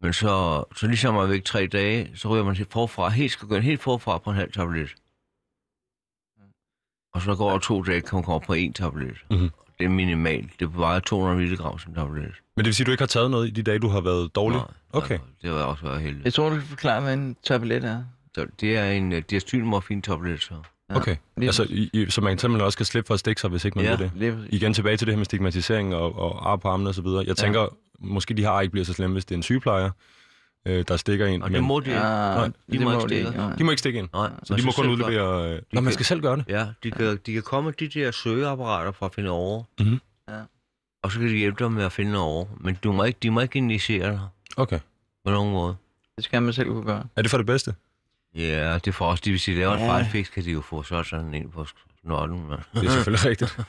men så, så ligesom man er væk tre dage, så ryger man helt forfra, helt, skal gøre helt forfra på en halv tablet. Og så går over to dage, kan man komme op på en tablet.
Mhm.
Det er minimalt. Det vejer 200 milligram som tablet.
Men det vil sige, at du ikke har taget noget i de dage, du har været dårlig?
Nej,
Okay.
nej, Det var også været heldigt.
Jeg tror, du kan forklare, hvad en tablet er.
Så det er en øh, diastylmorfin-tablet, så.
Ja.
Okay.
Lige,
Altså, i, i, så man simpelthen også kan slippe for at stikke sig, hvis ikke man
Ja.
ja. vil det?
lige præcis.
Igen tilbage til det her med stigmatisering og, og ar på armene og så videre. Jeg tænker, måske de her ar ikke bliver så slemme, hvis det er en sygeplejer, øh, der stikker en.
Og det må de ikke.
Ja,
Nej,
de må ikke
det
stikke.
nej.
De må ikke stikke en.
Nej,
Så
man
de må
skal
kun
selv gøre-
udlevere... Øh, Nå, man
kan-
skal selv gøre det.
Ja, de kan, de kan komme med de der søgeapparater fra Finnovre.
Mhm.
Ja.
Og så kan de hjælpe dig med at finde over. Men du må ikke, de må ikke initiere dig
Okay.
på nogen måde.
Det skal man selv kunne gøre.
Er det for det bedste?
Ja, det er for os. De, hvis de laver ja.
Ja.
en fejlfix, kan de jo få så sådan en på snotten.
(laughs)
Men.
Det er selvfølgelig rigtigt.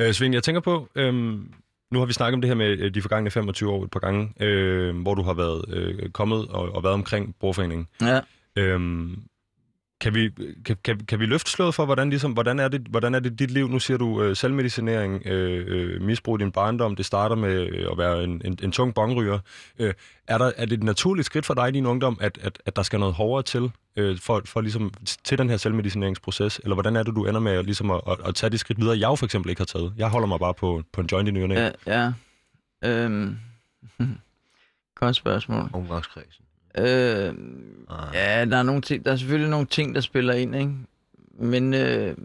øh, Svend, jeg tænker på, øhm, nu har vi snakket om det her med øh, de forgangne 25 år et par gange, øh, hvor du har været øh, kommet og, og været omkring Borgerforeningen.
Ja.
Øhm, kan vi, kan, kan, kan vi løfte slået for, hvordan, ligesom, hvordan, er det, hvordan er det dit liv? Nu siger du øh, selvmedicinering, øh, øh, misbrug i din barndom, det starter med øh, at være en, en, en tung bongryger. Øh, er, der, er det et naturligt skridt for dig i din ungdom, at, at, at der skal noget hårdere til, øh, for, for ligesom, til den her selvmedicineringsproces? Eller hvordan er det, du ender med at, ligesom at, at, at tage det skridt videre, jeg jo for eksempel ikke har taget? Jeg holder mig bare på, på en joint i nyerne. Ja.
Ja. ja. Øhm. (laughs) Godt spørgsmål.
Omgangskredsen.
Øh,
Ah.
Ja, der er, nogle ting, der er selvfølgelig nogle ting, der spiller ind, ikke? Men, øh,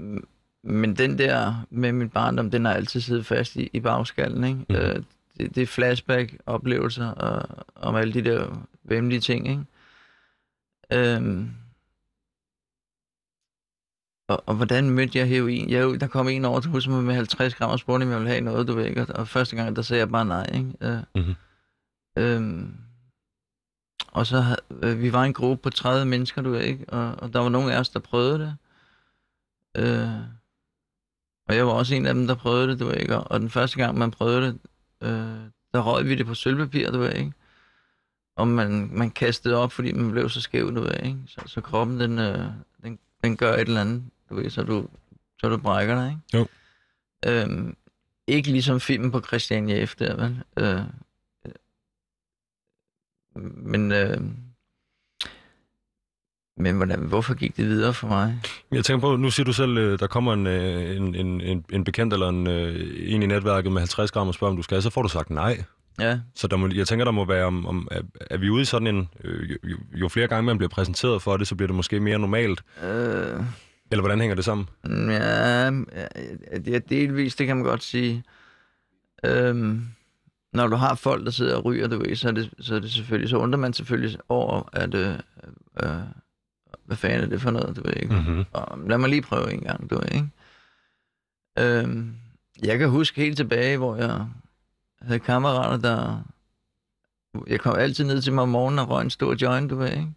men den der med min barndom, den har altid siddet fast i, i bagskallen, ikke?
Mhm.
Mm. Øh, det, det er flashback-oplevelser og, om alle de der vemmelige ting, ikke? Øhm, og, og hvordan mødte jeg heroin? Jeg, er jo- der kom en over til hos mig med 50 gram og spurgte, om jeg ville have noget, du ved ikke. Og- Og første gang, der sagde jeg bare nej, ikke? Øh,
Mhm.
øhm, og så havde, øh, vi var en gruppe på 30 mennesker, du ved ikke, og, og der var nogle af os, der prøvede det. Øh, og jeg var også en af dem, der prøvede det, du ved ikke, og, og den første gang, man prøvede det, øh, der røg vi det på sølvpapir, du ved ikke. og man, man kastede op, fordi man blev så skæv, du ved, ikke? Så, så kroppen, den, øh, den, den gør et eller andet, du ved, så du, så du brækker dig, ikke?
Jo.
Øhm, ikke ligesom filmen på Christiania F. der, vel? Øh, øh, men, øh, men hvordan, hvorfor gik det videre for mig?
Jeg tænker på, nu siger du selv, øh, der kommer en, øh, en, en, en, en bekendt eller en, øh, en i netværket med 50 gram og spørger, om du skal, så får du sagt nej.
Ja,
Så der må, jeg tænker, der må være, om, om er, er vi ude i sådan en, øh, jo, jo- jo flere gange man bliver præsenteret for det, så bliver det måske mere normalt.
øh,
Eller hvordan hænger det sammen?
Ja, ja, det er delvist, det kan man godt sige. Øhm, når du har folk, der sidder og ryger, du ved, så er det, så er det selvfølgelig, så undrer man selvfølgelig over, at, øh, øh, hvad fanden er det for noget, du ved ikke.
Mm-hmm.
Og lad mig lige prøve en gang, du ved ikke. Øhm, jeg kan huske helt tilbage, hvor jeg havde kammerater, der... Jeg kom altid ned til mig om morgenen og røg en stor joint, du ved, ikke?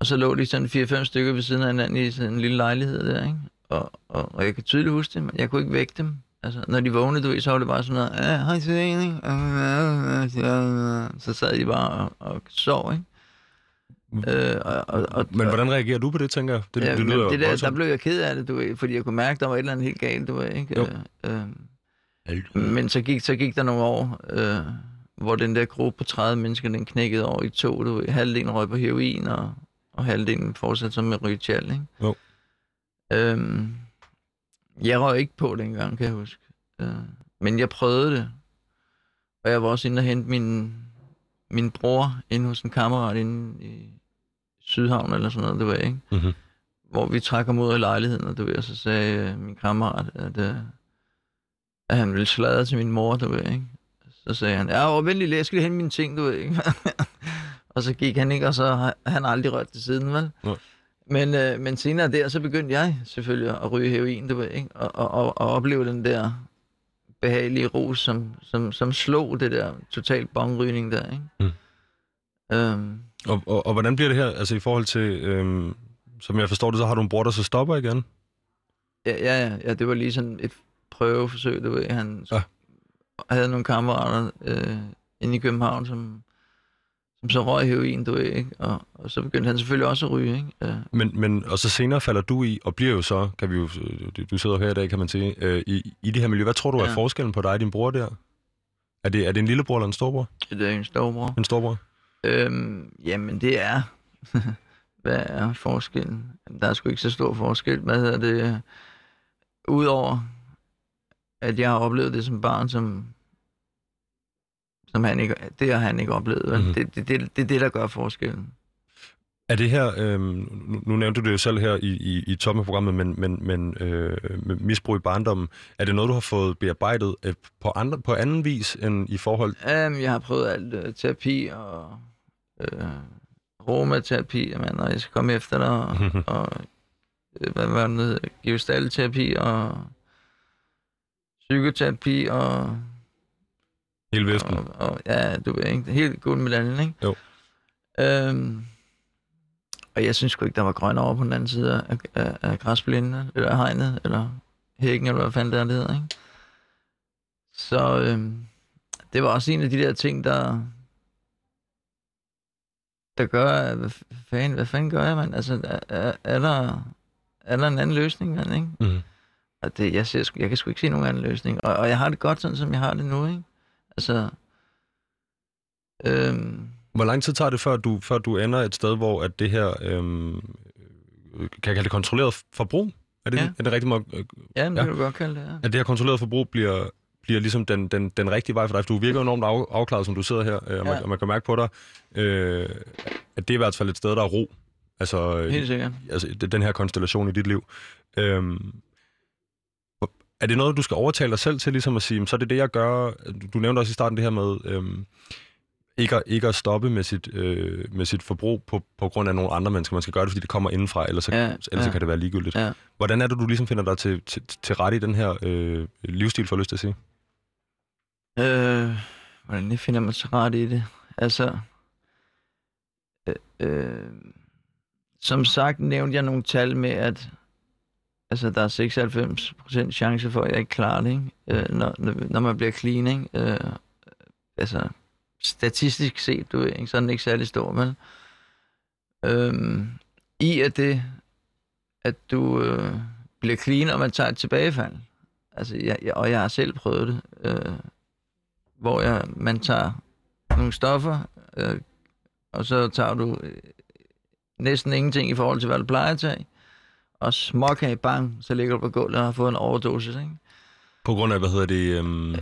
Og så lå de sådan 4-5 stykker ved siden af hinanden i sådan en lille lejlighed der, ikke? Og, og, og jeg kan tydeligt huske det, men jeg kunne ikke vække dem. Altså, når de vågnede, du ved, så var det bare sådan noget, "Ah, hej Svend, ikke? Ah, ah, ah, ah." så sad de bare og, og sov, ikke? Øh, og, og, og,
Men hvordan reagerer du på det, tænker jeg? Det,
Ja,
det, det
men
lyder
det der, der
voldsomt.
blev jeg ked af det, du ved, fordi jeg kunne mærke, der var et eller andet helt galt, du ved, ikke?
Jo.
Øh, øh,
Mm.
men så gik, så gik der nogle år, øh, hvor den der gruppe på 30 mennesker, den knækkede over i to, du ved. Halvdelen røg på heroin, og, og halvdelen fortsatte som med ritual, ikke?
Jo.
Øhm, jeg røg ikke på dengang, kan jeg huske. Øh, men jeg prøvede det. Og jeg var også inde og hente min, min bror inde hos en kammerat inde i Sydhavn eller sådan noget, du ved, ikke?
Mhm.
Hvor vi trak ham ud af lejligheden, og du ved, og så sagde øh, min kammerat, at, øh, at han ville sladre til min mor, du ved, ikke? Så sagde han, ja, og vent lige, lidt, jeg skal lige hente mine ting, du ved, ikke? (laughs) og så gik han ikke, og så har han aldrig rørt det siden, vel?
Nej.
Men, øh, men senere der, så begyndte jeg selvfølgelig at ryge heroin, du ved, ikke? Og, og, og, og opleve den der behagelige ros, som, som, som slog det der total bongrygning der, ikke?
Mm.
Øhm,
Og, og, og hvordan bliver det her, altså i forhold til, øhm, som jeg forstår det, så har du en bror, der så stopper igen?
Ja, ja, ja, ja, det var lige sådan et prøveforsøg, du ved. Han
Ja.
ja. havde nogle kammerater øh, inde i København, som, som så røg heroin, du ved, ikke? Og, og så begyndte han selvfølgelig også at ryge, ikke? Ja,
Men, men, og så senere falder du i, og bliver jo så, kan vi jo, øh, du sidder jo her i dag, kan man sige, øh, i, i det her miljø. Hvad tror du ja. er
Ja.
forskellen på dig og din bror der? Er det, er det en lillebror eller en storbror?
det er en storbror.
En storbror?
Øhm, jamen, det er... (laughs) Hvad er forskellen? Jamen, Der er sgu ikke så stor forskel. Hvad hedder det? Udover, at jeg har oplevet det som barn, som som han ikke, det har han ikke oplevet. vel?
Mhm.
Det, det, det, det er det, der gør forskellen.
Er det her, øh, nu, nu nævnte du det jo selv her i, i, i toppen af programmet, men, men, men øh, med misbrug i barndommen, er det noget, du har fået bearbejdet øh, på, andre, på anden vis end i (laughs) forhold?
Um, jeg har prøvet alt øh, terapi og øh, romaterapi, mand, og jeg skal komme efter dig, og,
Mhm.
og øh, hvad var det, nu hedder, gestaltterapi og psykoterapi og,
Hele Vesten?
og, og ja, du ved ikke, helt god medaljen, ikke?
Jo.
Um, og jeg synes sgu ikke, der var grøn over på den anden side af, af, af græsplænen, eller af hegnet, eller hækken, eller hvad fanden det er, det hedder, ikke? Så øhm, det var også en af de der ting, der der gør, at, hvad f- fanden, hvad fanden gør jeg, mand? Altså, er- er, er, der, er der en anden løsning, mand, ikke?
Mhm.
Og det, jeg, ser, sgu- jeg kan sgu ikke se nogen anden løsning. Og, og jeg har det godt, sådan som jeg har det nu, ikke? Altså, øhm,
Hvor lang tid tager det, før du, før du ender et sted, hvor at det her, øhm, øh, kan jeg kalde det kontrolleret forbrug? Er det,
Ja.
ja. er det rigtig måde? øh,
ja, men
Ja.
det kan du godt kalde det, ja.
At det her kontrolleret forbrug bliver, bliver ligesom den, den, den rigtige vej for dig? For du virker enormt af, afklaret, som du sidder her, øh, og, man,
Ja.
og man kan mærke på dig, øh, at det er i hvert fald et sted, der er ro. Altså, øh,
Helt sikkert.
altså, det- den her konstellation i dit liv. Øhm, hvor- er det noget, du skal overtale dig selv til, ligesom at sige, "Men så er det det, jeg gør? Du- Du nævnte også i starten det her med øhm, ikke, at, ikke at stoppe med sit, øh, med sit forbrug på, på grund af nogle andre mennesker. Man skal gøre det, fordi det kommer indenfra, ellers, så, ja,
Ja,
ellers så
ja.
kan det være ligegyldigt.
Ja.
Hvordan er det, du ligesom finder dig til, til, til rette i den her øh, livsstil, for lyst til at sige?
Øh, hvordan jeg finder mig så ret i det? Altså, øh, øh, som sagt nævnte jeg nogle tal med, at altså, der er 96% chance for, at jeg ikke klarer det, ikke? Øh, når, når, når man bliver clean. Ikke? Øh, altså, statistisk set, du ved, ikke, så er den ikke særlig stor, men øhm, i at det, at du øh, bliver clean, og man tager et tilbagefald. Altså, jeg, jeg, og jeg har selv prøvet det, øh, hvor jeg, man tager nogle stoffer, øh, og så tager du øh, næsten ingenting i forhold til, hvad du plejer at tage, og småkage, bang, så ligger du på gulvet og har fået en overdosis, ikke?
På grund af, hvad hedder det... Øhm,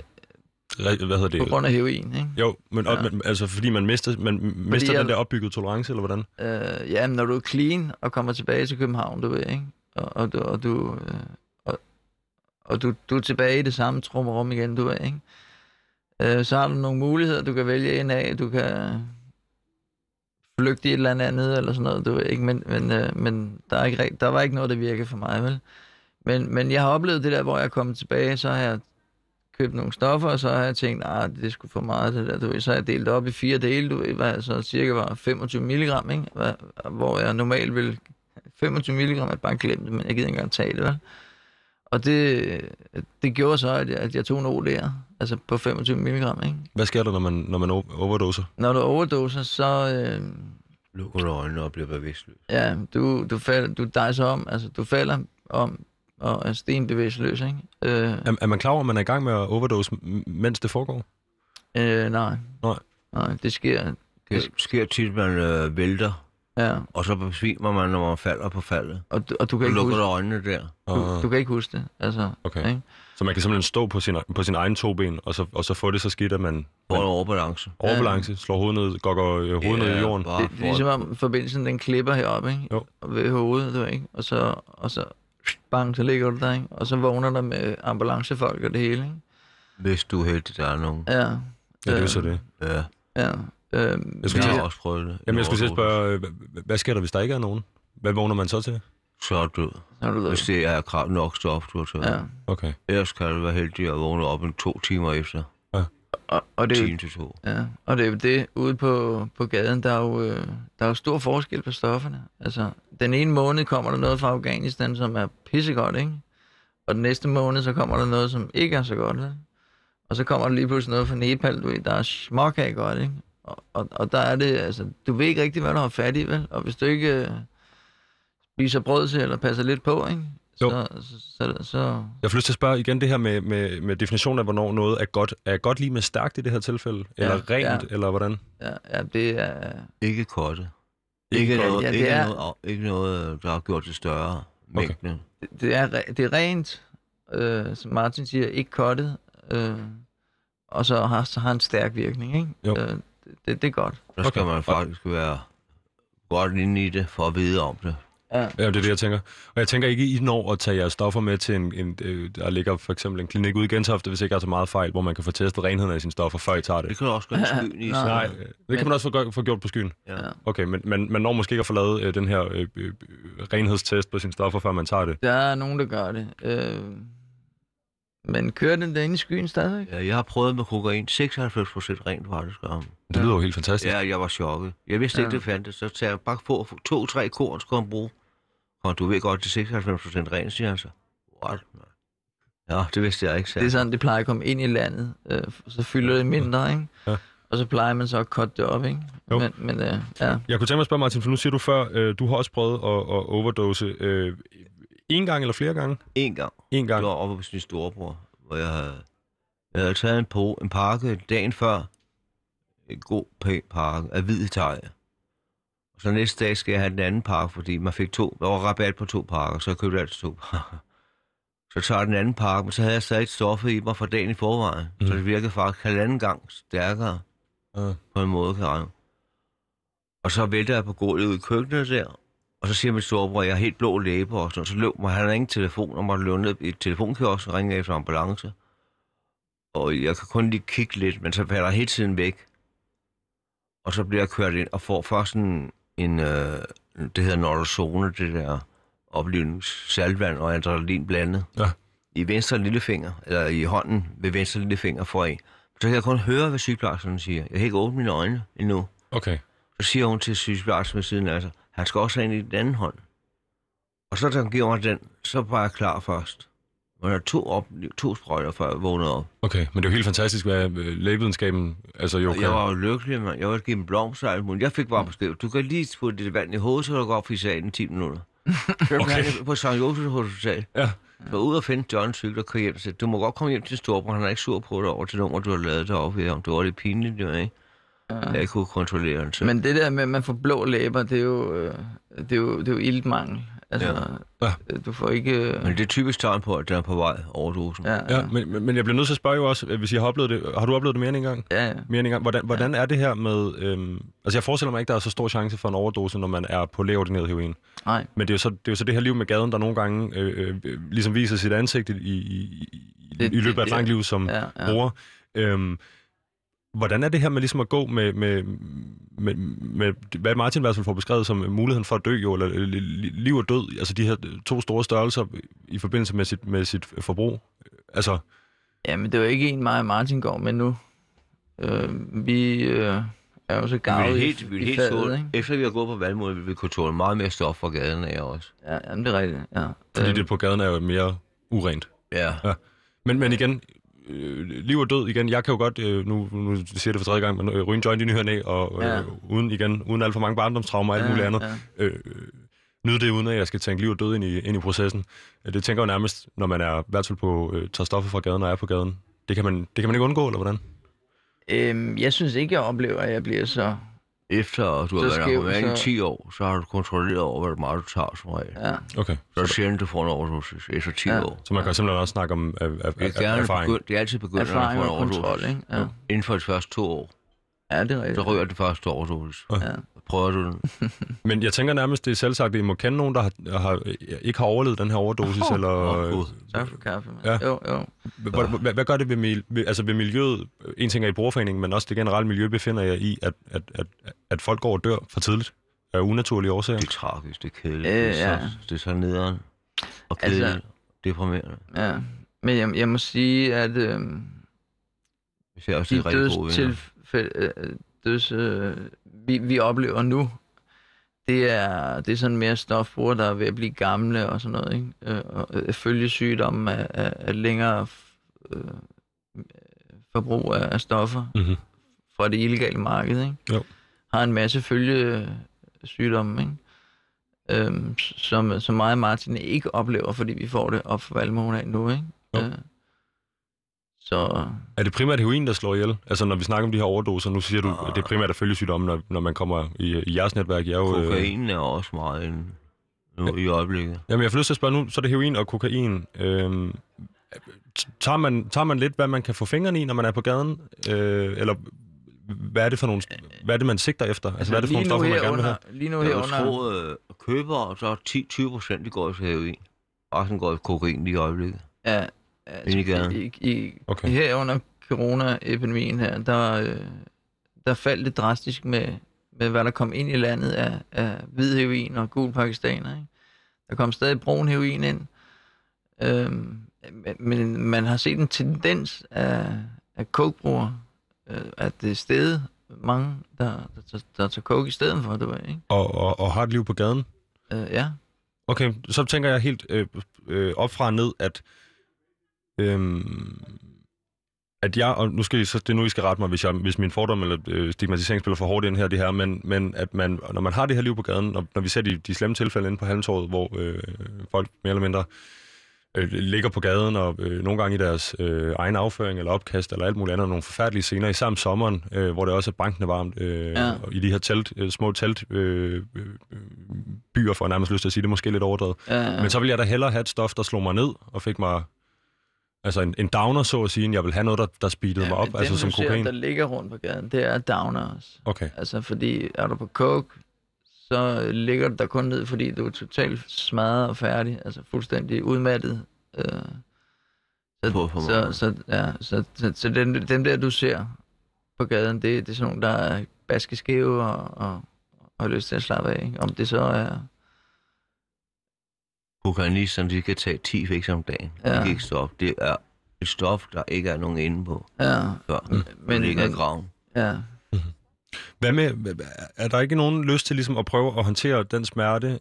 re- hvad hedder det?
På grund af heroin, ikke?
Jo, men, ja.
Ja.
men altså, fordi man mister, man mister
jeg-
den der opbyggede tolerance, eller hvordan?
øh, ja, men når du er clean og kommer tilbage til København, du ved, ikke? Og, og, du- og, du, øh, og, og du, du er tilbage i det samme trummerum igen, du ved, ikke? Øh, så har du nogle muligheder, du kan vælge en af, du kan flygte i et eller andet, eller sådan noget, du ved, ikke? Men, men, øh, men der, er ikke, rigt- der var ikke noget, der virkede for mig, vel? Men, men jeg har oplevet det der, hvor jeg er kommet tilbage, så har jeg købt nogle stoffer, og så har jeg tænkt, nej, det er sgu for meget det der, du ved. Så har jeg delt op i fire dele, du ved, hvad så cirka var 25 milligram, ikke? Hvad- Hvor jeg normalt vil 25 milligram, jeg bare glemte, men jeg gider ikke engang tale, vel? Og det, det gjorde så, at jeg, at jeg tog en OD'er, altså på 25 milligram, ikke?
Hvad sker der, når man, når man o- overdoser?
Når du overdoser, så, øh,
Lukker du øjnene og bliver bevidstløs.
ja, du, du, falder, du dejser om, altså du falder om, og er stenbevægelsesløs, ikke? Øh,
Er, er man klar over, at man er i gang med at overdose, m- mens det foregår?
øh, nej.
Nej.
Nej, det sker,
Det sker tit, at man øh, vælter,
ja.
og så besvimer man, når man falder på faldet.
Og du, og du
Du
kan ikke
lukker
huske
du øjnene der.
Og,
Du, du kan ikke huske det. Altså,
Ah, okay.
ikke?
Så man kan simpelthen stå på sin, på sin egen to ben, og så, og så få det så skidt, at man
Får en overbalance.
overbalance, slår hovedet ned, gokker øh, hovedet ned i jorden.
Bare
det, det er ligesom om forbindelsen den klipper heroppe, ikke?
Jo.
Og Ved hovedet, du ikke? Og så, og så bang, så ligger du der, ikke? Og så vågner der med ambulancefolk og det hele, ikke?
Hvis du er heldig, der er nogen.
Ja.
Ja, det er jo så det.
Ja,
Ja. Øh,
Jeg skulle
jeg
lige-
har også prøvet det.
Jamen, jeg skulle til at
En overdosis.
spørge, øh, h- hvad sker der, hvis der ikke er nogen? Hvad vågner man så til?
Så er du død.
så er du
Hvis
der.
det er krav nok stof, du har taget.
Ja.
Okay.
Ellers kan du være heldig at vågne op en to timer efter.
Og, og det er jo
Time til to.
Ja, og det er jo det, ude på, på gaden, der er, jo, øh, der er jo stor forskel på stofferne. Altså, den ene måned kommer der noget fra Afghanistan, som er pissegodt, ikke? Og den næste måned, så kommer der noget, som ikke er så godt, vel? Og så kommer der lige pludselig noget fra Nepal, du ved, der er smok af godt, ikke? Og, og, og der er det, altså, du ved ikke rigtig, hvad du har fat i, vel? Og hvis du ikke øh, spiser brød til, eller passer lidt på, ikke?
Jo.
Så, så, så, så,
Jeg får lyst til at spørge igen det her med, med, med definitionen af, hvornår noget er godt. Er godt lige med stærkt i det her tilfælde? Eller
Ja,
rent, eller hvordan?
ja, ja, det er...
Ikke korte.
Ikke
Ikke,
korte.
noget,
Ja, det
ikke,
er-
noget, ikke noget, der har gjort det større
Okay.
mængde.
det er, re- det er rent, øh, som Martin siger, ikke kottet, øh, og så har, så har en stærk virkning, ikke?
Jo.
Øh, det, det er godt.
Der skal
Okay.
man faktisk være godt inde i det, for at vide om det.
Ja.
Ja, det er det, jeg tænker. Og jeg tænker ikke, I når at tage jeres stoffer med til en... en øh, der ligger for eksempel en klinik ude i Gentofte, hvis ikke der er så meget fejl, hvor man kan få testet renheden af sine stoffer, før I tager det.
Det kan
(laughs)
du også gøre skyen i.
Nej.
Nej, øh, det kan man også få, gør- få gjort på skyen.
Ja.
Okay, men man, man når måske ikke at få lavet øh, den her øh, øh, renhedstest på sine stoffer, før man tager det.
Der er nogen, der gør det. Øh, men kører den derinde i skyen stadigvæk?
Ja, jeg har prøvet med kokain. 96 procent rent faktisk. om.
Det lyder jo helt fantastisk.
Ja, jeg var chokket. Jeg vidste ikke,
Ja.
det fandtes. Så tager jeg bare på to-tre korn, så kan bruge. Og du ved godt, det er 96 procent rent, siger han så. What? man? Ja, det vidste jeg ikke.
Ja.
sagde
Det er
han.
sådan, det plejer at komme ind i landet, øh, så fylder det mindre, ikke?
Ja.
Og så plejer man så at kotte det op, ikke?
Jo.
Men, men øh, ja.
Jeg kunne tænke mig at spørge Martin, for nu siger du før, øh, du har også prøvet at, at overdose øh, en gang eller flere gange?
En gang.
En gang.
Det var oppe hos min storebror, hvor jeg havde, jeg havde taget en, po, en pakke dagen før. En god, pæn pakke af hvid teg. Og så næste dag skal jeg have den anden pakke, fordi man fik to. Der var rabat på to pakker, så jeg købte altså to pakker. (laughs) Så tager jeg den anden pakke, men så havde jeg stadig stoffet i mig fra dagen i forvejen. Mm. Så
Mhm.
det virkede faktisk halvanden gang stærkere
Ja.
på en måde, kan jeg. Og så vælter jeg på gulvet ud i køkkenet der, og så siger min storebror, at jeg har helt blå læber og sådan noget. Så løb mig, han har ingen telefon, og måtte løbe ned i et telefonkiosk og ringe efter ambulance. Og jeg kan kun lige kigge lidt, men så falder jeg hele tiden væk. Og så bliver jeg kørt ind og får først en, en øh, det hedder Nordazone, det der oplevnings saltvand og adrenalin blandet.
Ja.
I venstre lillefinger, eller i hånden ved venstre lillefinger får jeg. Så kan jeg kun høre, hvad sygeplejerskerne siger. Jeg kan ikke åbne mine øjne endnu.
Okay.
Så siger hun til sygeplejersken ved siden af sig, han skal også have en i den anden hånd. Og så da hun giver mig den, så var jeg klar først. Man har to, op, to sprøjter, før jeg vågnede op.
Okay, men det er jo helt fantastisk, hvad øh, lægevidenskaben altså jo
Okay.
kan. Mm.
Jeg var jo lykkelig, mand. Jeg var givet en blomst og alt muligt. Jeg fik bare besked. Du kan lige få dit vand i hovedet, så du går op i salen i 10 minutter. okay. På St. Josefs Hospital.
Ja.
Så ud og finde John cykel og køre hjem. Så du må godt komme hjem til Storbror. Han er ikke sur på dig over til nummer, du har lavet deroppe. Om det var lidt pinligt, det var, ikke? Ja. Jeg kunne kontrollere det. Så. Men...
Men det der med, at man får blå læber, det er jo, øh, det er jo, det er jo iltmangel. Altså,
Ja.
ja.
Ja.
du får ikke... Øh,
Men det er typisk tegn på, at den er på vej overdosen.
ja,
Ja, men, men- men jeg bliver nødt til at spørge jo også, øh, hvis I har oplevet det, har du oplevet det mere end en gang?
ja, ja.
Mere end en gang. Hvordan, hvordan er det her med... Øhm, altså, jeg forestiller mig ikke, der er så stor chance for en overdose, når man er på lægeordineret heroin.
Nej.
Men det er, jo så, det er jo så det her liv med gaden, der nogle gange øh, øh, øh, ligesom viser sit ansigt i, i, i,
Det-
i løbet
det-
af et langt liv som
Ja,
ja.
ja.
bruger. Øhm, hvordan er det her med ligesom at gå med, med, med, med hvad Martin i hvert fald får beskrevet som muligheden for at dø, jo, eller øh, li- li- liv og død, altså de her to store størrelser i forbindelse med sit, med sit forbrug? Altså,
Jamen, det er jo ikke en, mig og Martin går med nu. Øh, vi øh, er jo så gavet
vi er
i,
helt, vi er
i
helt
faget,
tål-
ikke?
Efter vi har gået på valgmål, vil vi kunne tåle meget mere stof fra gaden af også.
Ja, jamen, det er rigtigt, ja.
fordi
Øh,
det på gaden er jo mere urent.
Ja.
Men, men igen, øh, liv og død igen. Jeg kan jo godt, øh, nu, nu siger jeg det for tredje gang, men øh, ryge en joint i ny og næ, og øh,
Ja.
uden, igen, uden alt for mange barndomstraumer og alt
ja,
muligt andet.
Ja.
Øh, øh, nyde det, uden at jeg skal tænke liv og død ind i, ind i processen. Øh, Det tænker jeg jo nærmest, når man er i hvert fald på, øh, tager stoffer fra gaden og er på gaden. Det kan man, det kan man ikke undgå, eller hvordan?
Øhm, jeg synes ikke, jeg oplever, at jeg bliver så...
Efter du har
Så
været
skæv,
narkoman i
så-
10 år, så har du kontrolleret over, hvor meget du tager som regel.
Ja,
Okay.
Så er det sjældent, du får en overdosis efter 10
Ja.
år.
Så man kan simpelthen også snakke om øh, øh,
Det er,
øh,
gerne
erfaring.
begyndt, det er altid begyndt, når du
erfaring
får en
og kontrol,
overdosis.
ikke? Ja.
Inden for de første to år,
ja, det er rigtigt.
så rører det første overdosis.
Ja.
Prøver du den?
Men jeg tænker nærmest, det er selvsagt, at I må kende nogen, der har, har, ikke har overlevet den her overdosis, oh, eller...
Åh, Gud.
Tak for kaffe, mand.
Ja.
Ja. Jo, jo.
Hvad, hvad, hvad gør det ved, mil, ved, altså ved miljøet? En ting er i brugerforeningen, men også det generelle miljø befinder jeg i, at, at, at, at folk går og dør for tidligt af unaturlige årsager.
Det er tragisk, det er kedeligt.
Øh,
det, er så,
ja.
det er så nederen og
Altså-
kedeligt. Altså, deprimerende.
Ja. Men jeg, jeg må sige, at øh,
Hvis jeg også
de
er rigtig gode
døds, til,
venner.
øh, døds øh, vi, vi oplever nu, det er, det er sådan mere stofbrugere, der er ved at blive gamle og sådan noget, ikke? Øh, og øh, følgesygdomme af, af, af længere øh, forbrug af, af stoffer
Mhm.
fra det illegale marked, ikke?
Jo.
Har en masse følgesygdomme, ikke? øhm, s- som, som mig og Martin ikke oplever, fordi vi får det op for valgmålen af nu, ikke?
Jo.
Øh, så
Er det primært heroin, der slår ihjel? Altså når vi snakker om de her overdoser, nu siger du,
Ah.
at det er primært er følgesygdomme, når, når man kommer i, i jeres netværk. Jeg er jo, øh,
Kokainen er også meget en, nu i øjeblikket.
jamen jeg får lyst til at spørge nu, så er det heroin og kokain. Øh, tager, man, tager man lidt, hvad man kan få fingrene i, når man er på gaden? Øh, eller hvad er det for nogle, hvad er det, man sigter efter? Altså, altså hvad er det for nogle stoffer, man gerne vil have?
herunder, lige nu
Jeg vil
herunder,
tro, øh, købere, så er 10-20 procent, de går til heroin. Resten går i kokain lige i øjeblikket.
ja, altså,
Ind i gaden.
i, i,
Okay.
okay. her under coronaepidemien her, der, øh, der faldt det drastisk med, med, hvad der kom ind i landet af, af hvid heroin og gul pakistaner. Ikke? Der kom stadig brun heroin ind, øhm, men- men man har set en tendens af, af cokebrugere, øh, at det er steget mange, der, der, der, der tager coke i stedet for, det var, ikke?
Og, og, og har et liv på gaden?
Øh, ja.
Okay, så tænker jeg helt øh, øh, op fra og ned, at, øh, at jeg, og nu skal I, så, det er nu, I skal rette mig, hvis, jeg, hvis min fordom eller øh, stigmatisering spiller for hårdt ind her, det her, men, men at man, når man har det her liv på gaden, når, når vi ser de, de slemme tilfælde inde på halmtorvet, hvor øh, folk mere eller mindre øh, ligger på gaden, og øh, nogle gange i deres øh, egen afføring eller opkast eller alt muligt andet, nogle forfærdelige scener, især om sommeren, øh, hvor det også er bankende varmt, øh, ja.
Ja.
i de her telt, øh, små telt, øh, øh, byer, for nærmest lyst til at sige, det er måske lidt overdrevet.
Øh,
Men så ville jeg da hellere have et stof, der slog mig ned og fik mig... Altså en, en downer, så at sige, end jeg vil have noget, der, der speedede ja, mig
men
op, altså
dem,
som
du ser,
kokain.
der
Der...
ligger rundt på gaden, det er downers.
Okay,
Altså, fordi er du på coke, så ligger du der kun ned, fordi du er totalt smadret og færdig, altså fuldstændig udmattet. Øh,
På for
så,
meget.
så, ja, så, så, så dem, dem der, du ser på gaden, det, det er sådan nogle, der er baskeskæve og, og, og har lyst til at slappe af. Ikke? Om det så er...
Kokainisterne, de kan tage 10 fix om dagen. Ja.
Ja.
Det kan ikke stoppe. Det er et stof, der ikke er nogen inde på.
Ja,
Før. Men, øh,
men-
det ligger i
men-
graven.
ja.
hvad med, er der ikke nogen lyst til ligesom at prøve at håndtere den smerte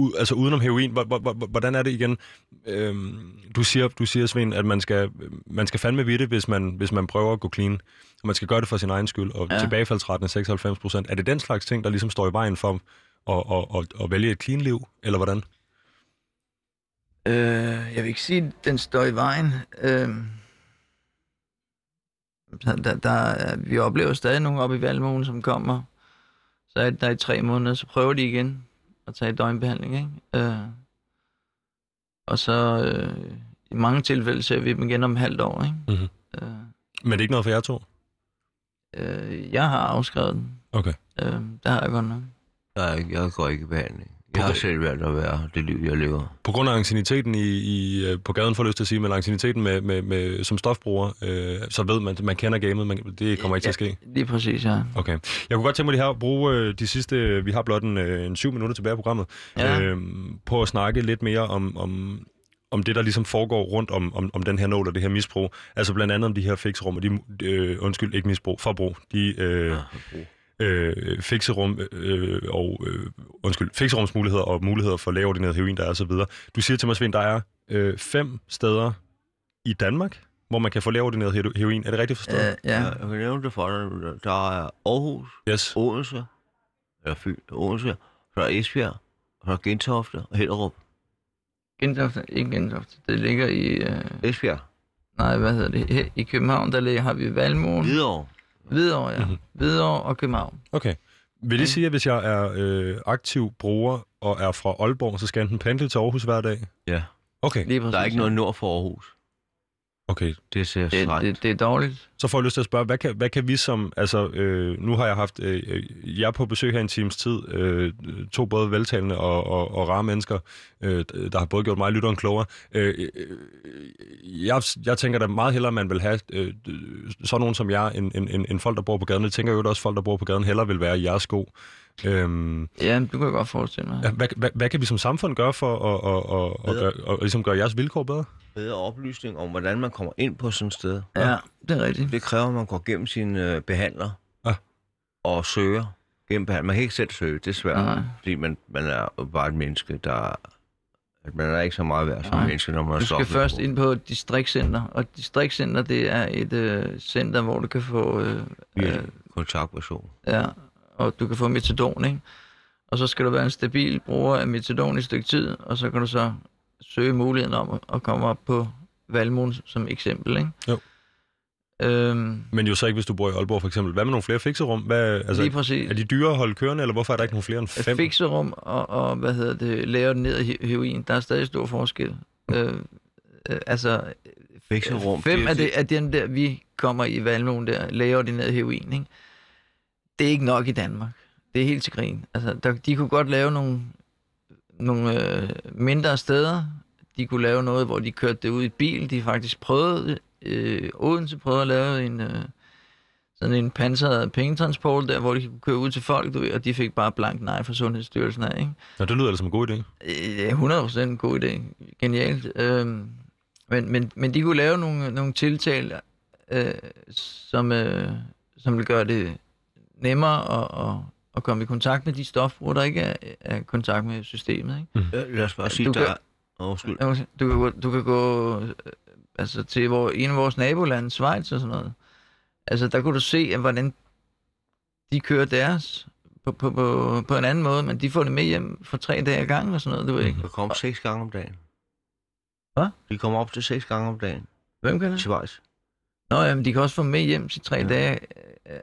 u- altså udenom heroin, hvor- hvor- hvor- hvordan er det igen? Øhm, du, siger, du siger, Svend, at man skal, man skal fandme vide det, hvis man, hvis man prøver at gå clean. Og man skal gøre det for sin egen skyld, og ja.
Ja.
tilbagefaldsretten er 96 procent. Er det den slags ting, der ligesom står i vejen for at, at, at, at vælge et clean liv, eller hvordan?
Øh, jeg vil ikke sige, at den står i vejen. Øh, der, der, der, er- vi oplever stadig nogen op i Valmuen, som kommer. Så er de der i tre måneder, så prøver de igen at tage døgnbehandling. Ikke? Øh, og så øh, i mange tilfælde ser vi dem igen om et halvt år. Ikke?
Mhm.
Øh,
Men det er ikke noget for jer to?
øh, jeg har afskrevet den.
Okay.
Øh, der har jeg godt nok.
Nej, jeg går ikke i behandling. Jeg har
Okay.
selv valgt at være det liv, jeg lever.
På grund af anciniteten i, i, øh, på gaden, får jeg lyst til at sige, men anciniteten med, med, med, som stofbruger, øh, så ved man, man kender gamet, man, det kommer ikke til at ske.
Lige præcis, ja.
Okay. Jeg kunne godt tænke mig lige her at bruge øh, de sidste, øh, vi har blot en, øh, en syv minutter tilbage af programmet,
Ja.
øhm, på at snakke lidt mere om, om, om det, der ligesom foregår rundt om, om, om den her nål og det her misbrug. Altså blandt andet om de her fixerum og de, øh, undskyld, ikke misbrug, forbrug. De
Ah.
øh, øh, fikserum øh, og, øh, undskyld, fikserumsmuligheder og muligheder for lavordineret heroin, der er og så videre. Du siger til mig, Svend, der er øh, fem steder i Danmark, hvor man kan få lavordineret hero- heroin. Er det rigtigt forstået?
Øh, ja.
Ja. Jeg kan nævne det for dig. Der er Aarhus,
Yes.
Odense, eller Fyn, Odense, så er Esbjerg, så er Gentofte og Hellerup.
Gentofte, ikke Gentofte. Det ligger i... Øh,
Esbjerg,
nej, hvad hedder det? Her I København, der ligger, har vi Valmuen.
Hvidovre. Mhm.
Hvidovre, ja. Hvidovre og København.
Okay. Vil
Mm.
det sige, at hvis jeg er øh, aktiv bruger og er fra Aalborg, så skal jeg enten pendle til Aarhus hver dag?
Ja.
Okay,
Lige præcis.
Der er ikke noget nord for Aarhus.
okay.
Det ser
Det,
strengt.
det, det er dårligt.
Så får jeg lyst til at spørge, hvad kan, hvad kan vi som... Altså, øh, nu har jeg haft øh, øh, jer på besøg her en times tid. Øh, to både veltalende og, og, og rare mennesker, øh, der har både gjort mig og lytteren klogere. Øh, øh, jeg, jeg tænker da meget hellere, man vil have øh, sådan nogen som jer, end, end, end, end folk, der bor på gaden. Jeg tænker jo også, folk, der bor på gaden, hellere vil være i jeres sko. Øh,
Ja, du kan jeg godt forestille mig.
Ja, Hvad, hvad, hvad kan vi som samfund gøre for at, at, at, at,
Bedre.
gøre, at ligesom gøre jeres vilkår bedre?
Bedre oplysning om, hvordan man kommer ind på sådan et sted.
Ja, det er rigtigt.
Det kræver, at man går gennem sin øh, behandler
Ja.
og søger gennem behandler. Man kan ikke selv søge, desværre,
Nej.
fordi man, man er jo bare et menneske, der... At man er ikke så meget værd som
Nej.
menneske, når man er
Du skal
stoffet
først
på.
ind på et distriktscenter, og et distriktscenter, det er et øh, center, hvor du kan få... Øh,
via
øh,
kontaktperson.
ja, og du kan få metadon, ikke? Og så skal du være en stabil bruger af metadon i et stykke tid, og så kan du så søge muligheden om at- at komme op på Valmuen som eksempel, ikke?
Jo.
Øhm,
Men jo så ikke, hvis du bor i Aalborg for eksempel. Hvad med nogle flere fikserum? Hvad,
altså, lige
altså,
præcis.
er de dyre at holde kørende, eller hvorfor er der ikke nogle flere end fem?
Fixerum og, og hvad hedder det, laver den ned i heroin, der er stadig stor forskel. Øh, øh, altså,
Fixerum,
fem
det-
af, det, af den der, vi kommer i valgmålen der, laver den ned i heroin, ikke? det er ikke nok i Danmark. Det er helt til grin. Altså, der, de kunne godt lave nogle, nogle øh, mindre steder. De kunne lave noget, hvor de kørte det ud i bil. De faktisk prøvede, øh, Odense prøvede at lave en, øh, sådan en panseret pengetransport der, hvor de kunne køre ud til folk, du ved, og de fik bare blank nej fra Sundhedsstyrelsen af, ikke?
Nå, det lyder da som en god idé.
Øh, ja, 100% en god idé. Genialt. Øhm, men, men, men de kunne lave nogle, nogle tiltag, øh, som, øh, som vil gøre det nemmere at, at, at komme i kontakt med de stofbrugere, der ikke er, er i kontakt med systemet. Ikke?
Øh, Lad os bare sige,
Du
der
kan-
er... Åh, Undskyld.
Jeg må sige, Du kan, gå- du kan gå øh, altså, til hvor, en af vores nabolande, Schweiz og sådan noget. Altså, der kunne du se, at hvordan de kører deres på, på, på, på en anden måde, men de får det med hjem for tre dage ad gangen og sådan noget, du ved ikke.
Der kom seks gange om dagen.
Hvad?
De kommer op til seks gange om dagen
Hvem kan
i
det?
Schweiz.
Nå, jamen, de kan også få med hjem til tre ja. dage. øh, øh,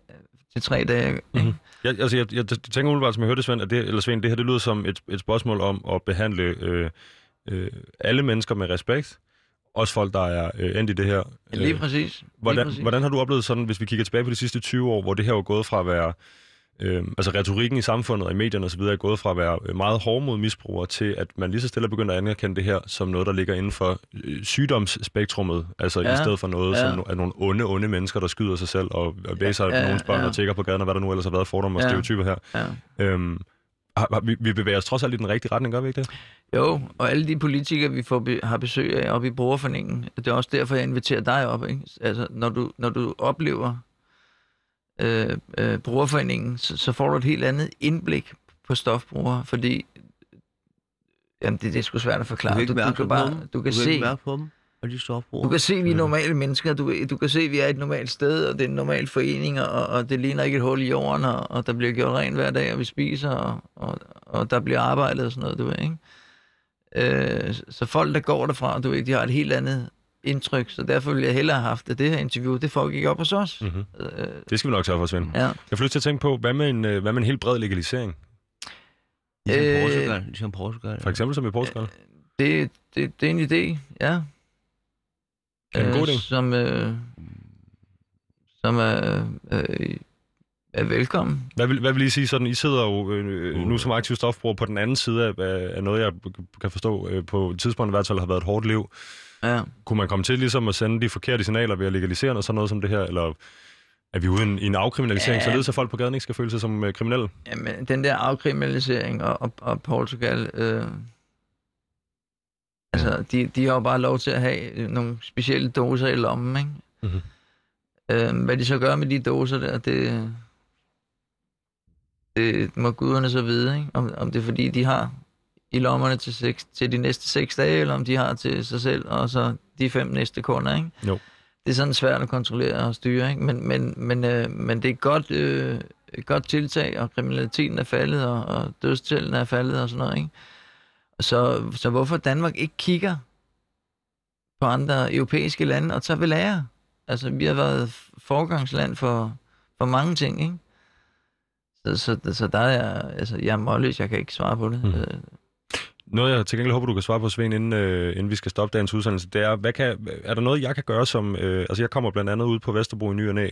Til tre dage.
Mhm.
Mm-hmm.
Jeg, altså, jeg, jeg tænker umiddelbart, som jeg hørte, Svend, at det, eller Svend, det her det lyder som et, et spørgsmål om at behandle øh, øh, alle mennesker med respekt. Også folk, der er øh, endt i det her.
Lige præcis. Lige
Hvordan,
præcis.
hvordan har du oplevet sådan, hvis vi kigger tilbage på de sidste 20 år, hvor det her er gået fra at være, øh, altså retorikken i samfundet og i medierne osv., er gået fra at være øh, meget hård mod misbrugere, til at man lige så stille er begyndt at anerkende det her som noget, der ligger inden for øh, sygdomsspektrummet, altså ja. i
Ja,
stedet for noget, ja.
ja.
som no- er nogle onde, onde mennesker, der skyder sig selv og, og væser ja,
ja,
ja, nogens børn ja.
ja.
og tigger på gaden, og hvad der nu ellers har været fordomme og
Ja.
stereotyper her.
Ja.
Øhm, har, har, vi, vi bevæger os trods alt i den rigtige retning, gør vi ikke det?
Jo, og alle de politikere, vi får be- har besøg af oppe i brugerforningen, det er også derfor, jeg inviterer dig op. Ikke? Altså, når du, når du oplever øh, øh, brugerforeningen, så, så får du et helt andet indblik på stofbrugere, fordi Jamen, det, det er sgu svært at
Du
forklare.
kan ikke mærke
du kan
på
bare,
dem.
du kan,
du
se,
ikke mærke på dem, og de står på.
du kan se, vi er normale mennesker. Du, du kan se, vi er et normalt sted, og det er en normal forening, og, og det ligner ikke et hul i jorden, og, og der bliver gjort rent hver dag, og vi spiser, og, og, og der bliver arbejdet og sådan noget, du ved, ikke? Øh, så folk, der går derfra, du ved, de har et helt andet indtryk, så derfor ville jeg hellere have haft, at det her interview, det foregik op hos os.
Mhm.
Øh,
Det skal vi nok tage for, Svend.
ja.
Jeg får lyst til at tænke på, hvad med en, øh, hvad med en helt bred legalisering?
Ligesom
Øh,
Portugal. Ligesom Portugal.
For eksempel som i Portugal.
Det, det, det er en idé, ja.
Det er en god idé.
Som, øh, som er, øh, er velkommen.
Hvad vil, hvad vil I sige sådan? I sidder jo øh, øh, nu som aktiv stofbruger på den anden side af, af, af noget, jeg kan forstå øh, på et tidspunkt i hvert fald har været et hårdt liv.
Ja.
Kunne man komme til ligesom at sende de forkerte signaler ved at legalisere noget, sådan noget som det her? Eller er vi ude i en, i en afkriminalisering,
Ja.
ja. således at folk på gaden ikke skal føle sig som øh, kriminelle?
Jamen, den der afkriminalisering og, og, og Portugal, øh, altså, de, de har jo bare lov til at have øh, nogle specielle doser i lommen, ikke?
Mhm.
Øh, hvad de så gør med de doser der, det, det må guderne så vide, ikke? Om, om det er fordi, de har i lommerne til, seks, til de næste seks dage, eller om de har til sig selv, og så de fem næste kunder, ikke?
Jo.
Det er sådan svært at kontrollere og styre, ikke? Men, men, men, øh, men det er et godt, øh, et godt tiltag, og kriminaliteten er faldet, og, og dødstallene er faldet og sådan noget, ikke? Så, så hvorfor Danmark ikke kigger på andre europæiske lande og tager ved lære? Altså, vi har været forgangsland for, for mange ting, ikke? Så, så, så der er altså, jeg er målløs, jeg kan ikke svare på det.
Mm.
Mm. Øh,
Noget, jeg til gengæld håber, du kan svare på, Svend, inden, øh, inden vi skal stoppe dagens udsendelse, det er, hvad kan, er der noget, jeg kan gøre som... Øh, altså, jeg kommer blandt andet ud på Vesterbro i ny og Næ,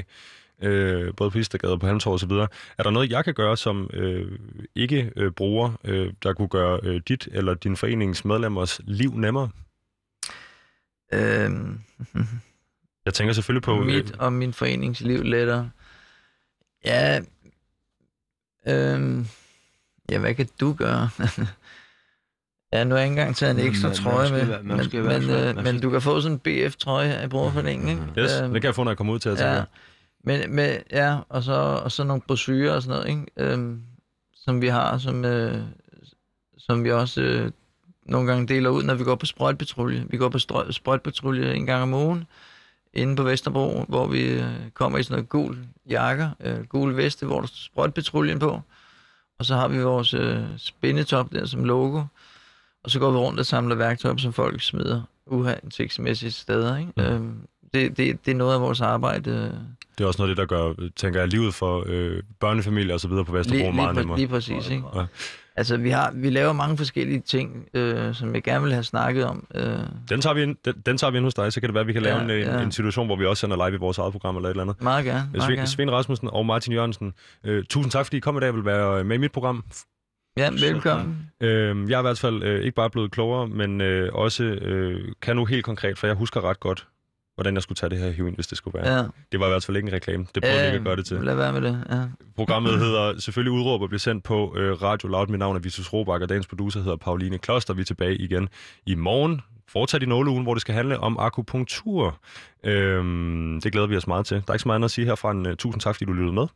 øh, både på Istergade og på Halmtorv og så videre. Er der noget, jeg kan gøre som øh, ikke øh, bruger, øh, der kunne gøre øh, dit eller din forenings medlemmers liv nemmere?
øhm,
Jeg tænker selvfølgelig på... Øh,
mit og min foreningsliv lettere. Ja, øhm, ja, hvad kan du gøre? (laughs) ja, nu har jeg ikke engang taget en
Men
ekstra
man- man
trøje
skal
med,
være- man
men,
skal være-
men,
man
øh,
skal-
men du kan få sådan en BF-trøje her i brugerforeningen, ikke?
øh,
Øhm,
yes, det kan jeg få, når jeg kommer ud til at tænke.
ja. Men, men, ja, og så, og så nogle brosyrer og sådan noget, ikke? Øhm, som vi har, som, øh, som vi også øh, nogle gange deler ud, når vi går på sprøjtpatrulje. Vi går på strø- sprøjtpatrulje en gang om ugen, inde på Vesterbro, hvor vi øh, kommer i sådan noget gul jakker, øh, gul veste, hvor der står sprøjtpatruljen på. Og så har vi vores øh, spindetop der som logo. Og så går vi rundt og samler værktøj op, som folk smider uhensigtsmæssigt steder. Ikke?
Mm.
Øhm, det, det, det er noget af vores arbejde. øh,
Det er også noget af det, der gør, tænker jeg, livet for øh, børnefamilier og så videre på Vesterbro
lige,
Altså, meget
lige, præ-
nemmere.
lige præcis, ikke?
Ja.
Altså, vi, har, vi laver mange forskellige ting, øh, som jeg gerne vil have snakket om. Øh,
Den tager, vi ind, den, den tager vi ind hos dig, så kan det være, at vi kan lave
Ja,
en, en,
ja.
en situation, hvor vi også sender live i vores eget program eller et eller andet.
meget gerne, meget
Svend,
gerne.
Svend Rasmussen og Martin Jørgensen, øh, tusind tak, fordi I kom i dag og vil være øh, med i mit program.
Ja, velkommen.
Øh, jeg er i hvert fald øh, ikke bare blevet klogere, men øh, også øh, kan nu helt konkret, for jeg husker ret godt, hvordan jeg skulle tage det her heroin, hvis det skulle være. Ja.
Ja. Øh,
Det var i hvert fald ikke en reklame. Det prøvede jeg ikke at gøre det til.
Lad være med det, ja.
Programmet hedder selvfølgelig Udråb og bliver sendt på øh, Radio Loud. Mit navn er Vitus Robak, og dagens producer hedder Pauline Kloster. Vi er tilbage igen i morgen. Fortsat i nåleugen, hvor det skal handle om akupunktur. Øhm, det glæder vi os meget til. Der er ikke så meget andet at sige herfra. En, uh, øh, tusind tak, fordi du lyttede med.